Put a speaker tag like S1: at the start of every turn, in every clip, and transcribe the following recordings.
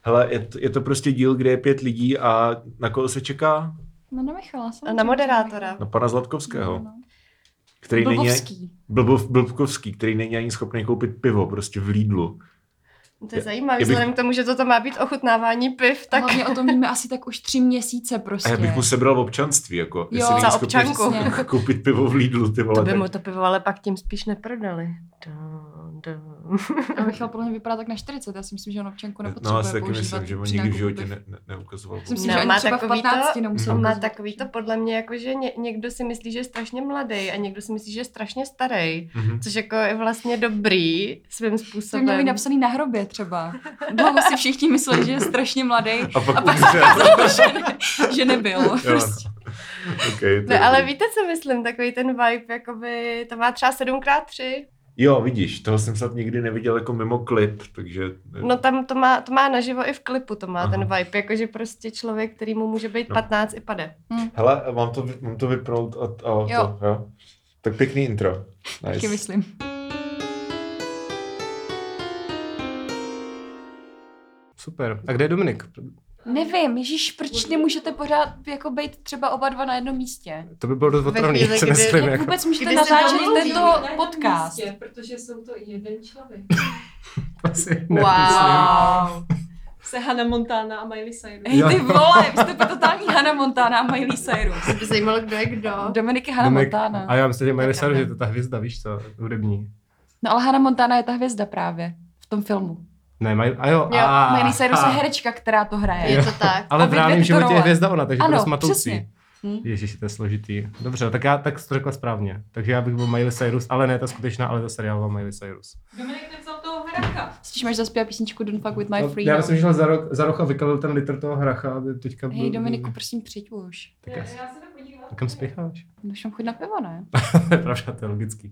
S1: Hele, je to, je to prostě díl, kde je pět lidí a na koho se čeká?
S2: No na Michala.
S3: A
S2: samozřejmě,
S3: na
S2: Michala.
S3: moderátora.
S1: Na pana Zlatkovského,
S2: No, no.
S1: který není...
S3: Blbovský.
S1: Blbov, Blbkovský, který není ani schopný koupit pivo, prostě v Lidlu.
S3: To je
S1: Já-
S3: zajímavé,
S1: já bych-
S3: vzhledem k tomu, že toto má být ochutnávání piv,
S2: Tak.
S3: tak
S2: Hlavně o tom víme asi tak už tři měsíce prostě.
S1: A já bych mu sebral občanství, jako.
S2: za
S1: není schopný
S3: občanku.
S1: si Koupit pivo v Lidlu, ty
S3: to
S1: vole.
S3: by
S1: tak-
S3: mu to pivo ale pak tím spíš neprodali. Dun, dun.
S2: A Michal podle mě vypadá tak na 40, já si myslím, že on občanku
S1: No,
S2: jako nepotřebuje
S1: já si taky
S2: používat
S1: myslím, že on
S2: při
S1: nikdy v
S2: nákupu
S1: životě
S2: piv.
S1: ne, ne, neukazoval.
S2: Já si myslím,
S3: No,
S2: že ani
S3: má
S2: třeba v
S3: takový to-
S2: 15 nemusel
S1: on
S3: Má
S2: ukazovat.
S3: takový to podle mě, jako že ně, někdo si myslí, že je strašně mladý a někdo si myslí, že je strašně starý.
S1: Mhm.
S3: Což jako je vlastně dobrý svým
S2: To
S3: způsobem.
S2: měl být napsaný na hrobě třeba. Dlouho si všichni mysleli, že je strašně mladý,
S1: A pak umřel.
S2: že, ne, že nebyl. Prostě.
S1: okay,
S3: No, ale víte, co myslím, takový ten vibe, jakoby, to má třeba 7x3.
S1: Jo, vidíš, toho jsem snad nikdy neviděl jako mimo klip, takže...
S3: No tam to má, to má naživo i v klipu, to má
S1: Aha.
S3: Aha. ten vibe, jakože prostě člověk, který mu může být
S1: No.
S3: 15 i pade.
S1: Hele, mám to, vy- mám to vypnout a, a jo.
S2: Jo.
S1: to, jo? Tak pěkný intro.
S2: Taky
S1: Nice.
S2: myslím.
S4: Super. A kde je Dominik?
S2: Nevím, Ježíš, proč nemůžete pořád jako být třeba oba dva na jednom místě?
S4: To by bylo dost otravný,
S3: chvíli,
S4: si
S3: kdy-
S4: myslím.
S2: Jak
S4: Jako.
S2: vůbec můžete
S3: Kdyby se
S2: natáčet
S3: domluví
S2: tento podcast?
S5: protože jsou to jeden člověk.
S4: Asi ne, myslím.
S2: Wow.
S5: Se Hannah Montana a Miley Cyrus.
S2: Hej, ty vole, vy jste totální Hannah Montana a Miley Cyrus.
S3: Mě by zajímalo, kdo je kdo.
S2: Dominik je Hannah
S4: Dominik-
S2: Montana.
S4: A já myslím, že Miley Cyrus je to ta hvězda, víš co, hudební.
S2: No ale Hannah Montana je ta hvězda právě v tom filmu.
S4: Ne, Miley, a jo,
S3: Jo,
S4: a,
S2: Miley Cyrus je
S4: a-
S2: herečka, která to hraje.
S3: Je to tak.
S4: Ale v
S2: obě dvě
S4: reálném
S2: tyto
S4: životě je
S2: role.
S4: hvězda ona, takže
S2: Ano,
S4: to dost matoucí.
S2: přesně. Hm.
S4: Ježiši, to je složitý. Dobře, tak já tak jsi to řekla správně. Takže já bych byl Miley Cyrus, ale ne ta skutečná, ale ta seriálová Miley Cyrus.
S5: Dominik nevzal toho hraka.
S2: Slyšíme, až zaspívá písničku Don't fuck with my
S4: No,
S2: freedom.
S4: já myslím, že šel za, rok, za roh a vykalil ten litr toho hracha, aby teďka
S2: Hej Dominiku, prosím přijď už.
S4: Tak já,
S5: se to podívám.
S4: tak kam spěcháš?
S2: No všem chuť na pivo, ne?
S4: to je pravda, to je logický.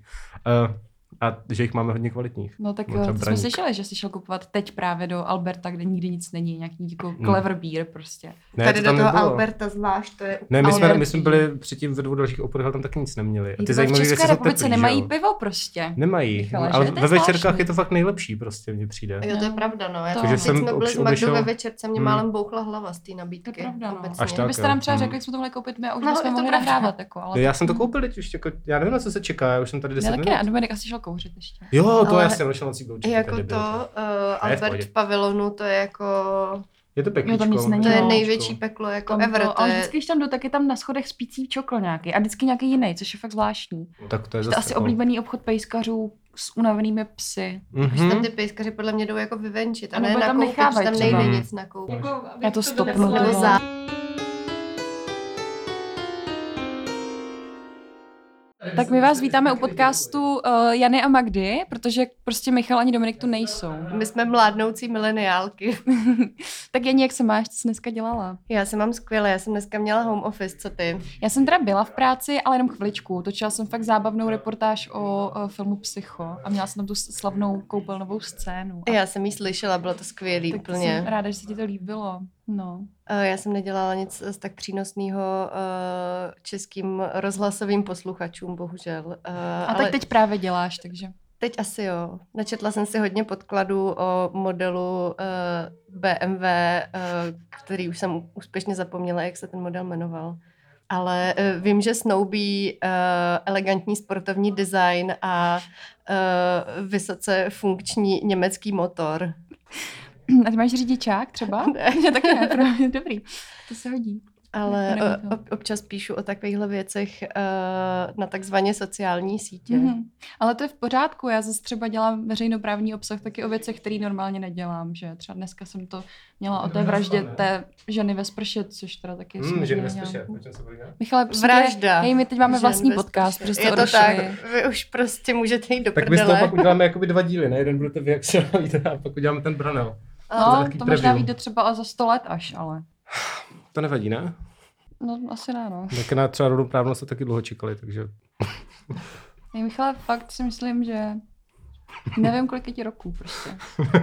S4: Uh, a že jich máme hodně kvalitních.
S2: No tak
S4: No,
S2: jo,
S4: třeba
S2: to jsme
S4: Braník.
S2: slyšeli, že jsi šel kupovat teď právě do Alberta, kde nikdy nic není, nějaký jako
S4: Hmm.
S2: clever beer prostě.
S4: Ne,
S3: Tady
S4: to
S3: do
S4: tam
S3: toho
S4: nebylo.
S3: Alberta zvlášť, to je
S4: Ne, my jsme,
S2: Albert.
S4: my jsme byli předtím ve dvou dalších obchodech, ale tam taky nic neměli. A
S2: Hej,
S4: ty
S2: to
S4: zajímavé
S2: Jako v
S4: věci
S2: České
S4: jsou
S2: republice
S4: teplý,
S2: nemají
S4: že jo?
S2: pivo prostě.
S4: Nemají, no,
S2: Michale,
S4: ale
S2: že? To je
S4: ve večerkách
S2: zvláštní.
S4: je to fakt nejlepší prostě, mně přijde.
S3: Jo, to je
S2: No.
S3: pravda, no.
S2: To.
S3: Já
S2: Takže
S3: Teď
S4: jsem
S3: jsme byli
S4: obš-
S3: s Magdou
S4: obešel-
S3: ve večerce, mě
S4: Hmm.
S3: málem bouchla hlava z té nabídky.
S2: To je pravda, no.
S3: Obecně.
S4: Až tak.
S2: Kdybyste nám třeba
S4: jo. Hmm.
S2: řekli, jak jsme tohle koupit my a už
S3: No,
S2: bychom
S3: je to
S2: mohli
S3: pravda.
S2: nahrávat. Jako, ale...
S4: Já jsem to koupil teď už, jako, já nevím, na co se čeká, já už jsem tady 10
S2: Já taky
S4: minut.
S2: ne, a Dominik asi šel kouřit ještě.
S4: Jo, to
S3: Ale-
S4: já jsem našel nocí blouček.
S3: Jako to,
S4: debil,
S3: uh,
S4: Ne, v pohodě.
S3: Albert v pavilonu, to je jako,
S4: Je to peklíčko.
S2: Jo, tam nic není,
S3: to je
S2: No.
S3: největší peklo, jako
S2: Tam
S3: ever,
S2: to,
S3: to
S2: ale
S3: je,
S2: vždycky, když tam jdu, tak je tam na schodech spící čokl nějaký a vždycky nějaký jiný, což je fakt zvláštní.
S4: Tak to je
S2: To
S4: zase
S2: je asi
S4: jako-
S2: oblíbený obchod pejskařů s unavenými psy.
S3: už tam
S4: Mhm.
S3: ty pejskaři podle mě jdou jako vyvenčit, a
S2: Ano,
S3: ne
S2: bude tam
S3: nakoupit, tam,
S2: nechávají
S3: tam
S2: třeba.
S3: nejde
S4: Mhm.
S3: nic nakoupit.
S5: Jako, abych
S2: Já to stopnu,
S5: donesla
S2: ty
S3: Nebo
S5: do
S2: vole.
S3: zá...
S2: Tak my vás vítáme u podcastu uh, Jany a Magdy, protože prostě Michal ani Dominik tu nejsou.
S3: My jsme mládnoucí mileniálky.
S2: tak Janí, jak se máš, co jsi dneska dělala?
S3: Já se mám skvěle, já jsem dneska měla home office, co ty?
S2: Já jsem teda byla v práci, ale jenom chviličku. Točila jsem fakt zábavnou reportáž o eh, filmu Psycho a měla jsem tam tu s- slavnou koupelnovou scénu. A
S3: Já jsem jí slyšela, bylo to skvělý
S2: tak
S3: úplně.
S2: jsem ráda, že se ti to líbilo. No.
S3: Eh, Já jsem nedělala nic z tak přínosného eh, českým rozhlasovým posluchačům, bohužel. Eh,
S2: A
S3: ale
S2: tak teď právě děláš, takže.
S3: teď asi jo. Načetla jsem si hodně podkladů o modelu eh, BMW, eh, který už jsem úspěšně zapomněla, jak se ten model jmenoval. Ale eh, vím, že snoubí eh, elegantní sportovní design a eh, vysoce funkční německý motor.
S2: A ty máš řidičák třeba?
S3: Ne.
S2: Já taky ne, právě. dobrý. To se hodí.
S3: Ale
S2: Jako nevím,
S3: o- ob, občas píšu o takovýchhle věcech eh, na takzvaně sociální sítě.
S2: Mhm. Ale to je v pořádku, já zase třeba dělám veřejnoprávní obsah taky o věcech, které normálně nedělám, že třeba dneska jsem to měla o té vraždě té ženy ve sprše, což teda taky
S4: Hm,
S3: Mm,
S2: jsem
S4: že
S2: nedělala.
S4: neslyšet,
S3: jako
S4: o čem se bavíme?
S2: Michale, prosím tě,
S3: Vražda.
S2: Hej, my teď máme
S3: Žen
S2: vlastní
S3: bez
S2: podcast, prostě
S3: duše.
S2: protože jste
S3: Je to
S2: odešli.
S3: tak, vy už prostě můžete jít do
S4: Tak my z toho
S3: prdele.
S4: pak uděláme jakoby dva díly, ne? Jeden budete vy, jak se bavíte, a pak uděláme ten branel.
S2: No,
S4: taky
S2: to možná
S4: preview.
S2: vyjde třeba za 100 let až, ale.
S4: To nevadí, ne?
S2: No, asi ne, no.
S4: Tak na třeba rovnou právnost se taky dlouho čekali, takže
S2: Hej, Michale, fakt si myslím, že Nevím, kolik je ti roků prostě.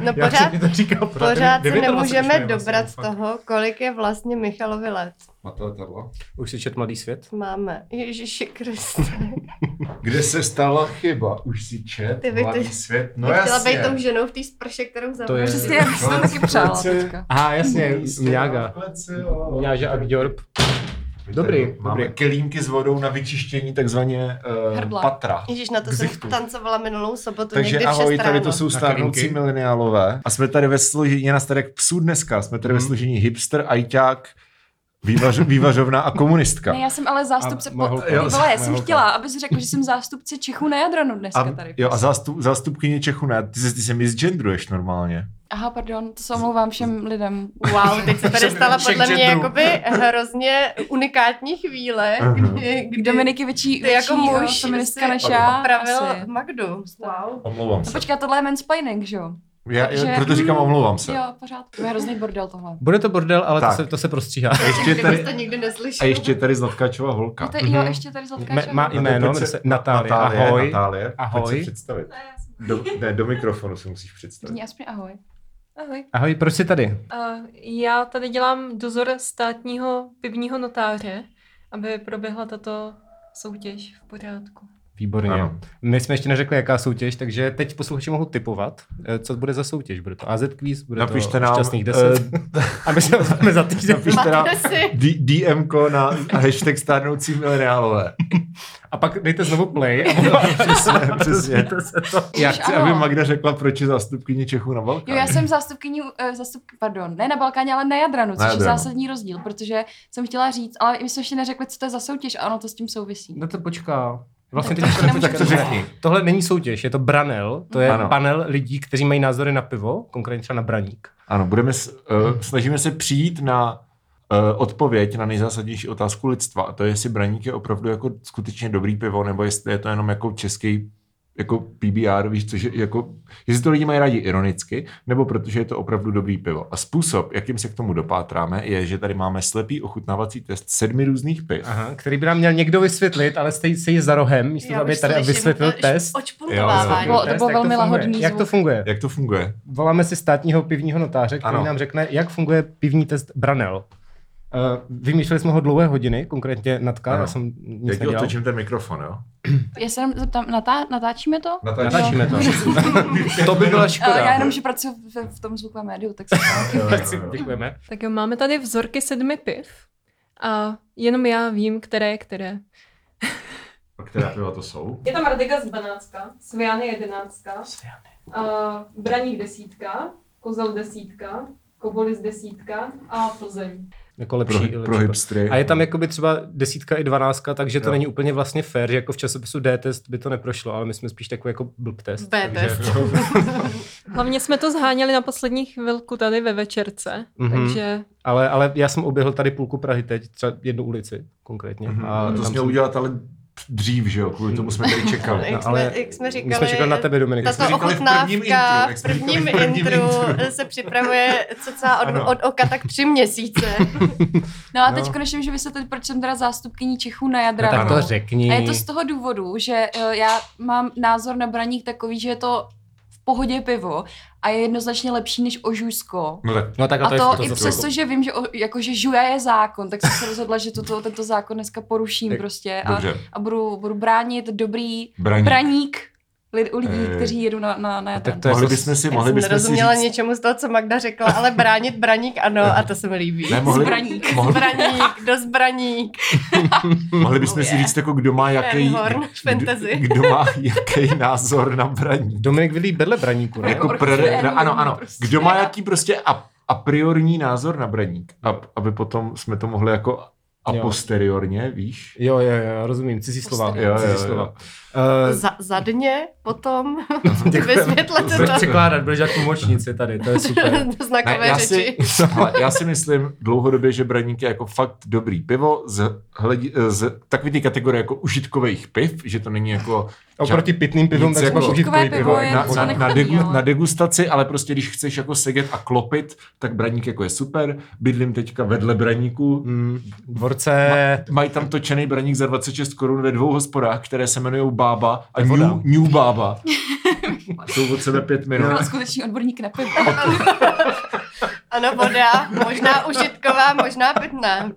S3: No
S4: Já
S3: pořád,
S4: jsem ti to říkal, pořád,
S3: pořád se
S4: 29 už
S3: nemůžeme
S4: mi
S3: dobrat z
S4: vlastně, fakt.
S3: toho, kolik je vlastně Michalovi let.
S6: Máte letadlo?
S4: Už si čet Mladý svět?
S3: Máme. Ježiši Kriste.
S6: Kde se stala chyba? Už si čet,
S3: Ty bych
S6: mladý
S3: to-
S6: svět, no
S3: No Chtěla
S6: jasně.
S3: být tou ženou v té sprše, kterou zavřu.
S4: je-
S2: Přesně, já bych si to taky přála
S6: Kluci.
S2: teďka.
S4: Aha, jasně,
S6: Místě na
S4: Mňága.
S6: pleci, jo.
S4: Mňáža a Gjorb. Dobrý,
S6: Máme
S4: dobrý.
S6: kelímky s vodou na vyčištění takzvaně uh,
S2: Hrdla.
S6: patra.
S3: Ježíš, na to
S6: Ksichtu.
S3: jsem tancovala minulou sobotu
S6: Takže
S3: někdy v 6
S6: ahoj, tady to
S3: ráno.
S6: jsou
S4: Tak
S6: stárnoucí
S4: linky.
S6: mileniálové. A jsme tady ve složení, je nás tady jak psů dneska, jsme tady ve
S4: Mhm.
S6: složení hipster, ajťák, vývař, vývařovna a komunistka.
S2: Ne, já jsem ale zástupce...
S4: A
S2: Po...
S4: mohl-
S2: Ty
S6: jo,
S2: vole, já jsem
S4: mohl-
S2: chtěla, abys řekl, že jsem zástupce Čechů na Jadranu
S6: A,
S2: dneska tady.
S6: jo, a zástup, zástupkyně Čechů ne, ty se, ty se misgendruješ normálně.
S2: Aha, pardon, to se omlouvám všem lidem.
S3: Wow, teď se tady
S4: Jsem
S3: stala
S4: všech
S3: podle mě
S4: genderů.
S3: jakoby hrozně unikátní chvíle,
S6: Mhm.
S3: kdy, kdy
S2: Dominiky větší,
S3: ty
S2: větší
S3: jako
S2: jako
S3: muž
S2: feministka
S3: si
S2: než já.
S3: opravil
S2: asi.
S3: Magdu. Wow.
S6: Omlouvám
S2: No
S6: se.
S2: počkej, tohle je mansplaining, že jo?
S6: Já,
S2: takže-
S6: já, proto říkám omlouvám se.
S2: Jo, pořád. To je hrozný bordel tohle.
S4: Bude to bordel, ale
S6: Tak.
S4: to se, to se prostříhá.
S6: A ještě je
S3: Kdybyste
S6: tady,
S3: nikdy
S6: a
S3: neslyšel.
S6: ještě je tady Zlatkáčová holka.
S2: Víte, jo,
S4: Mhm.
S2: ještě tady Zlatka
S4: Me- Má
S6: No,
S4: jméno,
S6: pojď se-
S4: jmenuje se Natálie. Ahoj.
S6: Natálie, Pojď
S4: Ahoj.
S6: se představit.
S5: Ne, já jsem...
S6: Do, ne, do mikrofonu se musíš představit.
S2: aspoň ahoj.
S5: Ahoj.
S4: Ahoj, proč jsi tady?
S5: Uh, já tady dělám dozor státního pivního notáře, aby proběhla tato soutěž v pořádku.
S4: Výborně.
S6: Ano.
S4: My jsme ještě neřekli, jaká soutěž, takže teď posluchači mohou typovat, eh, co bude za soutěž. Bude to AZ Quiz, bude
S6: Napište
S4: to
S6: nám, eh,
S4: šťastných 10. a my se ozveme za týden.
S6: Napište- teda-
S3: Máte si.
S6: D- DM ko na hashtag stárnoucí mileniálové.
S4: A pak dejte znovu play. A
S6: Přesně, přesně.
S4: se to.
S6: Já
S2: Víš,
S6: chci,
S2: ano.
S6: aby Magda řekla, proč je zástupkyně Čechů na
S2: Jo,
S6: Balkáně.
S2: já jsem zástupkyní, eh, zástup, pardon, ne na Balkáně, ale na Jadranu, což
S6: Na
S2: je
S6: Jadranu.
S2: zásadní rozdíl, protože jsem chtěla říct, ale my jsme ještě neřekli, co to je za soutěž a ono to s tím souvisí.
S4: No to počká. Vlastně teď
S2: Tak
S4: ještě
S2: to
S4: nemůžu-
S2: tak to
S6: řekni.
S4: Tohle není soutěž, je to branel, to je
S6: Ano.
S4: panel lidí, kteří mají názory na pivo, konkrétně třeba na braník.
S6: Ano, budeme, s- eh, snažíme se přijít na eh, odpověď na nejzásadnější otázku lidstva, a to je, jestli Braník je opravdu jako skutečně dobrý pivo, nebo jestli je to jenom jako český jako PBR, víš, což je jako, jestli to lidi mají rádi ironicky, nebo protože je to opravdu dobrý pivo. A způsob, jakým se k tomu dopátráme, je, že tady máme slepý ochutnávací test sedmi různých piv.
S4: Aha, který by nám měl někdo vysvětlit, ale stojí se jí za rohem, místo toho, aby tady a vysvětlil
S3: eh,
S4: test.
S6: Jo,
S3: Očpuntovávání.
S2: jo, jo. To bylo
S4: Jak
S2: velmi
S4: funguje?
S2: lahodný
S4: Jak to
S2: zvuk.
S4: funguje?
S6: Jak to funguje?
S4: Voláme si státního pivního notáře, který
S6: Ano.
S4: ano. nám řekne, jak funguje pivní test Branel. Uh, vymýšleli jsme ho dlouhé hodiny, konkrétně Natka,
S6: Ano.
S4: já jsem nic
S6: Jak ti
S4: nedělal.
S6: otočím ten mikrofon, jo?
S2: Já se jenom zeptám, natá, natáčíme to?
S4: Natáčíme to. No to by byla škoda.
S2: Ale Eh, já jenom, že pracuji v, v tom zvukovém médiu, tak se...
S4: Děkujeme.
S5: Tak jo, máme tady vzorky sedmi piv a jenom já vím, které je které.
S6: A která piva to jsou?
S5: Je tam Radega z 12, Sviany 11, uh, Braník 10, Kozel 10, Kobolis 10 a Plzeň.
S4: Jako
S6: Pro,
S4: lepší.
S6: pro
S4: lepší.
S6: hipstry.
S4: A je tam jakoby třeba desítka i dvanáctka, takže to
S6: Jo.
S4: jo. není úplně vlastně fair, že jako v časopisu D-test by to neprošlo, ale my jsme spíš takový jako blb
S3: Mhm.
S4: test.
S3: B-test.
S5: Hlavně jsme to zháněli na poslední chvilku tady ve večerce,
S4: Mhm.
S5: takže
S4: Ale, ale já jsem oběhl tady půlku Prahy teď, třeba jednu ulici konkrétně.
S6: Mhm.
S4: A
S6: A to
S4: tam
S6: jsi měl
S4: jsem-
S6: udělat ale dřív, že jo? Kvůli tomu jsme tady čekali.
S4: No,
S3: Jak,
S4: ale
S3: jsme, jak jsme říkali,
S4: My jsme čekali na tebe, Dominik.
S6: jsme
S3: Tato
S6: říkali v prvním
S3: ochutnávka
S6: intru, jak
S3: v
S6: jsme říkali
S3: prvním,
S6: v prvním
S3: intru,
S6: intru.
S3: se připravuje cca od,
S6: Ano.
S3: od oka tak tři měsíce.
S2: No a
S4: No.
S2: teď konečně můžu vysvětlit, proč jsem teda zástupkyní Čechů na Jadranu.
S4: No, tak to řekni.
S2: A je to z toho důvodu, že eh, já mám názor na braník takový, že je to v pohodě pivo a je jednoznačně lepší než ožujsko.
S6: No tak
S4: No tak
S2: A to,
S4: je
S2: i
S4: to zase
S2: přesto,
S4: jako-
S2: že vím, že, o, jako, že žuje je zákon, tak jsem se rozhodla, že tuto, tento zákon dneska poruším
S6: Tak,
S2: prostě a,
S6: dobře.
S2: a budu, budu bránit dobrý
S6: Braník.
S2: braník lid, u lidí,
S6: Eh.
S2: kteří jedou na, na, na
S4: tak
S2: jadran.
S4: to je-
S6: Mohli
S4: zas-
S6: bychom si,
S3: Já
S6: mohli
S3: jsem
S6: bychom si
S3: nerozuměla
S6: říct...
S3: něčemu z toho, co Magda řekla, ale bránit braník ano a to se mi líbí.
S6: Ne, mohli,
S2: Zbraník.
S6: mohli,
S3: Zbraník, do zbraník.
S6: mohli bychom
S3: Oh,
S6: si
S3: yeah.
S6: říct, jako kdo má jaký,
S3: Renhorn, fantasy.
S6: kdo, kdo má jaký názor na braní.
S4: Dominik vidí bedle braníku, ne?
S6: Jako
S2: Orchideu,
S6: pre, no, ano,
S2: no,
S6: ano.
S2: prostě.
S6: Kdo má jaký prostě a, a priorní názor na braník, a, aby potom jsme to mohli jako a
S4: Jo.
S6: posteriorně, víš?
S4: Jo, jo, jo, rozumím, cizí slova.
S2: Prostě.
S6: Jo, jo,
S4: cizí
S6: jo.
S4: slova. Eh,
S3: Za, zadně potom
S6: No,
S4: Děkuji.
S3: vysvětlete
S4: Budeš
S3: to.
S4: překládat, budeš dělat tlumočnici tady, to je super.
S3: Do
S6: Ne,
S3: znakové
S6: já,
S3: řeči.
S6: si, hele, já si myslím dlouhodobě, že braník je jako fakt dobrý pivo z, hledi, z takový ty kategorie jako užitkových piv, že to není jako
S4: Oproti pitným pivům,
S6: Nic
S4: tak
S6: jako-
S4: jako užitkový
S2: Užitkové pivo
S4: pivo.
S2: je
S6: na,
S2: něco no.
S6: na, na,
S2: nechutný,
S6: degu,
S2: ale-
S6: na degustaci, ale prostě když chceš jako sedět a klopit, tak braník jako je super. Bydlím teďka vedle braníku.
S4: Mm, Dvorce,
S6: Mají tam točený braník za 26 korun ve dvou hospodách, které se jmenují Bába a
S4: je voda.
S6: New, New Bába. Jsou od sebe pět minut.
S2: Byl skutečný odborník na pivo.
S3: Ano, voda, možná užitková, možná pitná.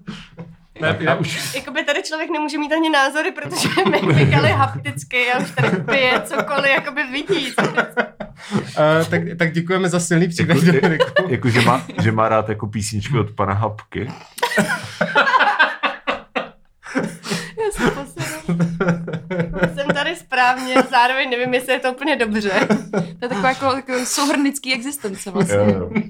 S1: Ne, já už
S3: Jakoby tady člověk nemůže mít ani názory, protože my vykali hapticky a už tady pije cokoliv, jakoby vidí.
S4: Uh, tak, tak děkujeme za silný příběh,
S6: Děkuji.
S4: Dominiku.
S6: Jako, že má, že má rád jako písničku od pana Hapky.
S3: Já se posednu. Jsem tady správně, zároveň nevím, jestli je to úplně dobře.
S2: To je taková jako, jako souhrnický existence vlastně.
S6: Jo, jo.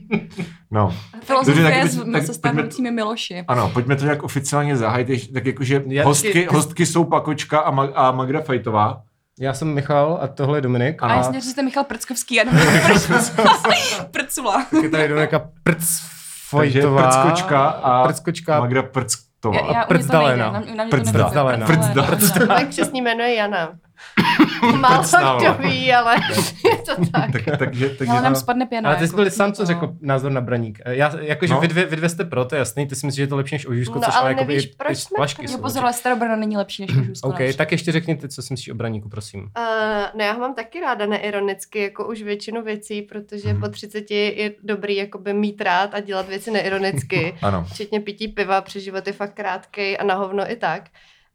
S6: No, Takže
S2: Filozofie
S6: tak- tak
S2: s
S6: pojďme-
S2: se stárnoucími Miloši.
S6: ano, pojďme to nějak oficiálně zahájit. ještě- Tak jakože
S4: Já
S6: hostky,
S4: taky- ty-
S6: hostky jsou Pakočka a, Ma, a Magra Fajtová.
S4: Já jsem Michal a tohle je Dominik.
S2: A vlastně-
S6: Ano.
S2: jasně, že jste Michal Prckovský, já nevím, proč prcula.
S4: Tak je tady Dominika Prc
S6: Takže
S4: Fojtová.
S6: Prckočka a
S4: Prckočka.
S6: Magra Prctová.
S2: Já, já u mě to
S4: Prcdalena.
S2: nejde, na- na mě to
S4: Prcdalena.
S2: nejde, Prcdalena,
S6: Prcdalena.
S2: Prcdalena.
S3: Moje křesní jméno je Jana. Málo
S4: Prcnala.
S3: kdo ví, ale je to tak.
S6: Tak, takže, takže,
S2: Hele, nám spadne pěna.
S4: Ale ty jsi
S2: jako,
S4: byl
S2: to-
S4: sám, co řekl názor na braník. Eh, Já, jakože
S6: No.
S4: no. vy, dvě, vy dvě jste pro, to je jasný, ty si myslíš, že je to lepší než ožuško,
S3: No,
S4: což
S3: ale
S4: jakoby
S3: nevíš,
S4: i- i
S3: proč jsme
S4: splašky
S3: pro-
S4: jsou
S2: Jo,
S4: lepší.
S2: pozor, ale Starobrno není lepší než Žusko.
S4: OK, tak ještě řekni ty, co si myslíš o braníku, prosím.
S3: Uh, no já ho mám taky ráda neironicky, jako už většinu věcí, protože po 30 je dobrý jakoby mít rád a dělat věci neironicky.
S6: ano.
S3: Včetně pití piva, protože život je fakt krátký a na hovno i tak.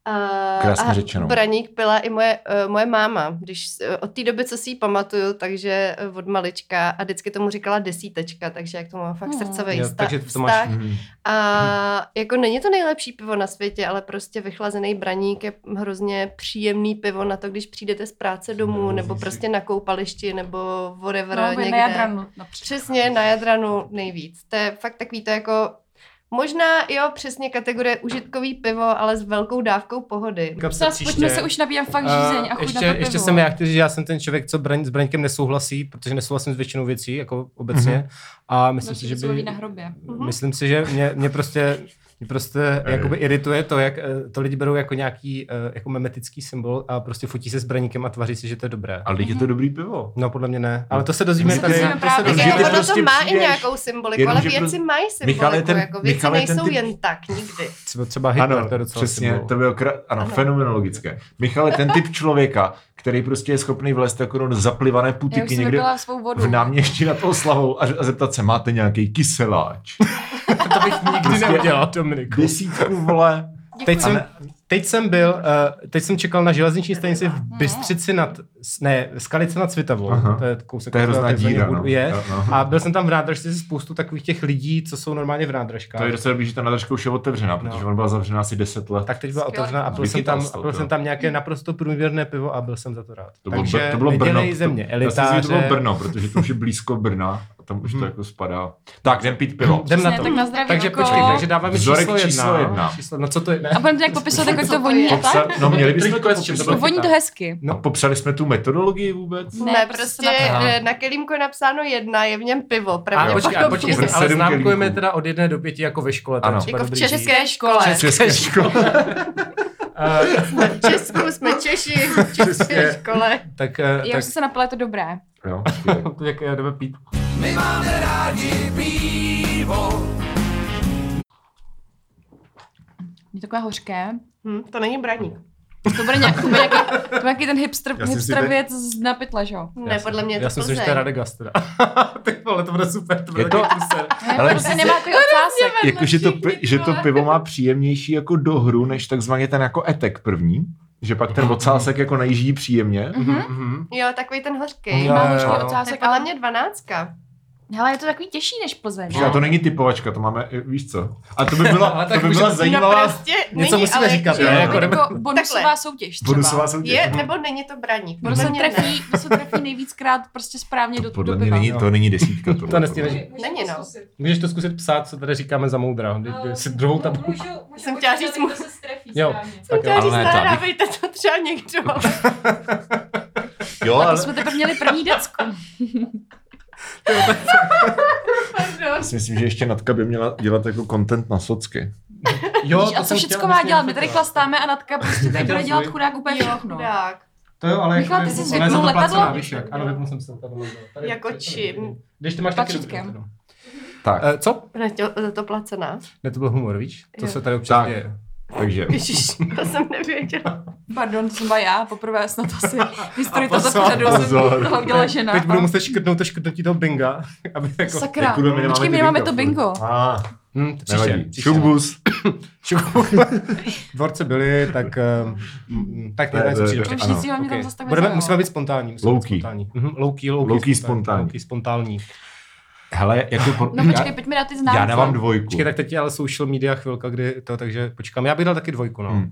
S3: Uh,
S6: Krásně
S3: a
S6: řečeno.
S3: Braník pila i moje, uh, moje máma, když uh, od té doby, co si ji pamatuju, takže uh, od malička a vždycky tomu říkala desítečka, takže jak to mám fakt
S2: Hmm.
S3: srdcový
S4: Jo,
S3: vztah.
S4: takže to máš- Hmm.
S3: vztah.
S6: Mhm.
S3: A jako není to nejlepší pivo na světě, ale prostě vychlazený braník je hrozně příjemný pivo na to, když přijdete z práce
S4: No,
S3: domů, nebo prostě na koupališti, nebo whatever
S2: No,
S3: někde.
S2: na Jadranu například.
S3: Přesně, na Jadranu nejvíc. To je fakt takový to jako... Možná, jo, přesně kategorie užitkový pivo, ale s velkou dávkou pohody.
S4: Kapsa
S2: Zas, pojďme se už nabíjat fakt žízeň a chuť
S4: Eh, ještě,
S2: na to pivo.
S4: ještě jsem já, který, že já jsem ten člověk, co braň, s braňkem nesouhlasí, protože nesouhlasím s většinou věcí, jako obecně. Mm-hmm. A myslím
S2: Myslím
S4: si, že
S2: by...
S4: by...
S2: na hrobě.
S6: Mhm.
S4: Myslím si, že mě, mě prostě mě prostě jakoby irituje to, jak eh, to lidi berou jako nějaký eh, jako memetický symbol a prostě fotí se s braníkem a tvaří si, že to je dobré.
S6: Ale teď je
S2: Mhm.
S6: to dobrý pivo.
S4: No podle mě ne, ale to se dozvíme
S6: To
S4: tady.
S2: jsme
S4: To se
S2: právě-
S3: Tak
S6: Protože
S4: dozvíme.
S6: ty
S3: jako ono
S6: prostě
S3: to má i
S6: přijdeš,
S3: nějakou symboliku,
S6: jenom,
S3: ale
S6: že
S3: věci
S6: prostě-
S3: mají
S6: Michal je
S3: symboliku,
S6: ten-
S3: jako věci
S6: Michal je ten
S3: nejsou
S6: typ-
S3: jen tak nikdy.
S4: Třeba, třeba Hitler,
S6: Ano,
S4: to je docela
S6: přesně,
S4: symbol.
S6: to bylo kra... ano, ano, fenomenologické. Michal je ten typ člověka, který prostě je schopný vlézt jako do zaplivané
S2: Já už
S6: putiky
S2: jsem
S6: někde
S2: vypila svou vodu.
S6: v náměstí nad Oslavou a, a zeptat se, máte nějaký kyseláč?
S4: to bych nikdy neudělal, Dominiku.
S6: Desítku, vole.
S4: Teď jsem, teď jsem byl, uh, teď jsem čekal na železniční stanici v
S2: Mhm.
S4: Bystřici nad, s- ne, Skalice nad Svitavou,
S6: Aha.
S4: to je kousek.
S6: To je hrozná
S4: takzvaně
S6: díra,
S4: budu-
S6: no.
S4: Je.
S6: Ano.
S4: A byl jsem tam v nádražce se spoustu takových těch lidí, co jsou normálně v nádražkách.
S6: To je docela dobrý, že ta nádržka už je otevřená, protože
S4: No.
S6: ona byla zavřená asi 10 let.
S4: Tak teď byla
S2: Skvělé.
S4: otevřená a byl
S6: Zbytý
S4: jsem tam,
S6: Alstel,
S4: a byl
S6: to.
S4: jsem tam nějaké naprosto průměrné pivo a byl jsem za to rád.
S6: To bylo,
S4: Takže
S6: Br- to bylo Brno.
S4: nedělej ze mě
S6: to, já si myslím, že to bylo
S4: elitáře. Hmm.
S6: Brno, protože to už je blízko Brna a tam už to jako spadá. Tak, jdem pít pivo.
S4: Jdem na
S2: Ne,
S4: to.
S2: tak na zdraví,
S4: takže
S3: jako-
S2: Vlko.
S4: počkej, takže dáváme
S6: Vzorek
S4: číslo jedna.
S6: číslo jedna.
S4: Číslo, no co to je? Ne.
S2: A budeme to nějak popisovat, jako jak to
S3: Co to
S2: voní a
S3: je?
S2: tak?
S6: Popsa- no měli bychom to
S4: Trošku s čím to
S6: popisovat.
S4: bylo?
S2: Voní to hezky.
S6: A popsali jsme tu metodologii vůbec?
S3: Ne,
S2: Ne,
S3: ne
S2: prostě
S3: prostě
S2: na-
S3: eh, na kelímku je napsáno jedna, je v něm pivo,
S4: A
S3: pravděpodobně.
S4: počkej, a počkej,
S6: Vrsedm
S4: ale známkujeme
S6: kelímků.
S4: teda od jedné do pěti jako ve škole. to je
S6: Ano.
S4: třeba
S3: Jako v
S4: dobrý
S3: české škole.
S6: České škole.
S4: Eh,
S3: Jsme v Česku, jsme Češi, v české škole.
S4: tak,
S2: Já
S4: eh,
S2: už
S4: tak,
S2: jsem se napila, je to dobré.
S6: Jo,
S4: tak eh, jdeme pít.
S2: Je takové hořké.
S3: Hm, to není braník.
S2: To bude nějak- to bude nějaký, to bude nějaký ten hipster,
S6: Já jsem si
S2: hipster
S6: teď-
S2: věc z napitle, že jo?
S3: Ne, podle mě je
S4: Já
S3: to
S4: si myslím, že
S3: Plzeň.
S4: to je Radegast teda. Ty vole, to bude super, to bude
S6: Je
S4: takový
S6: to-
S4: průser.
S2: Ne,
S6: Ale
S2: prostě nemá ty ocásek.
S6: Jakože to, pi- že to pivo má příjemnější jako dohru, než takzvaně ten jako etek první. Že pak ten ocásek jako najíždí příjemně.
S4: Mhm.
S3: Jo, takový ten hořký.
S4: Jo,
S2: Má
S4: jo,
S2: hořký
S4: jo.
S3: To je
S2: ocásek,
S3: podle
S2: ale
S3: mě dvanáctka.
S2: Hele, je to takový těžší než Plzeň.
S6: Že a to není typovačka, to máme, víš co. A to by byla,
S4: Ale
S6: to
S4: tak
S6: by
S4: můžeme-
S6: byla
S4: No
S3: No
S6: zajímavá
S3: prostě
S4: Něco
S3: není,
S4: musíme
S3: ale
S4: říkat,
S3: že-
S4: ne?
S2: Jako,
S4: Jako
S2: jako
S4: nebo-
S2: bonusová
S3: Takhle.
S2: soutěž třeba.
S6: bonusová soutěž.
S3: Je, nebo není No, to braník.
S2: Kdo se
S3: Podle mě ne.
S2: trefí, kdo se trefí nejvíckrát prostě správně do, do
S6: Podle mě
S2: piva.
S6: není, to není desítka. tohle.
S4: To nestíhneš.
S3: Není, no.
S4: Můžeš to zkusit psát, co tady říkáme za moudra. Kdy- kdy Si druhou tabulku.
S5: Můžu, můžu
S3: Jsem chtěla říct,
S5: kdo se strefí
S4: Jo.
S5: správně.
S3: Jsem chtěla
S6: Ale
S3: říct,
S6: ne, tak.
S3: nahrávejte to třeba někdo.
S6: Jo,
S2: A
S6: ale
S2: to jsme teprve měli první decku.
S6: já si myslím, že ještě Natka by měla dělat jako content na socky.
S4: Jo,
S2: a co všecko má dělat? My tady chlastáme a Natka prostě tady bude dělat chudák úplně všechno.
S3: Tak,
S4: To jo, ale
S2: Michal,
S4: jako-
S2: ty jsi
S4: ona je za to
S2: vypnul
S4: placená,
S2: letadlo?
S4: víš jak. Ano, vypnul jsem se letadlo. Tady-
S3: Jako
S4: tady-
S3: čím?
S4: Když ty máš taky no. dobrý
S2: Tlačítkem.
S4: letadlo.
S6: Tak.
S4: Eh, Co?
S3: Ona je za to placená.
S4: Ne, to byl humor, víš? To
S3: Jo.
S4: se tady občas
S6: Tak.
S4: děje.
S6: Takže
S3: Ježiš, to jsem nevěděla.
S2: Pardon, to jsem byla já, poprvé snad asi v historii
S4: A
S2: tohoto
S4: pozor,
S2: pořadu jsem
S6: pozor.
S2: toho udělala žena.
S4: Teď budu muset škrtnout to škrtnutí toho binga, aby jako...
S2: Sakra,
S1: Kurva, my nemáme
S2: počkej,
S1: ty
S2: my nemáme to
S1: furt.
S2: bingo.
S6: a,
S4: Hm, to příště,
S6: nevadí.
S4: příště.
S6: Šubus.
S4: Šubu. Dvorce byli, tak, ehm, tak
S6: Ne,
S4: nakonec
S6: ne,
S4: přijde.
S6: ne,
S4: Ano,
S2: příští vám mě tam
S4: ok.
S2: zase tak
S4: Budeme,
S2: vezmou.
S4: musíme být spontánní. Musíme
S6: Low-key.
S4: Být spontánní. Mhm, low-key, low-key,
S6: Low-key spontánní.
S4: Low-key spontánní.
S6: Hele, jako... po-
S2: No počkej, pojďme dát ty
S6: já,
S2: známky.
S6: já dávám dvojku.
S4: Počkej, tak teď je ale social media chvilka, kdy to, takže počkám. Já bych dal taky dvojku, no.
S6: Hm.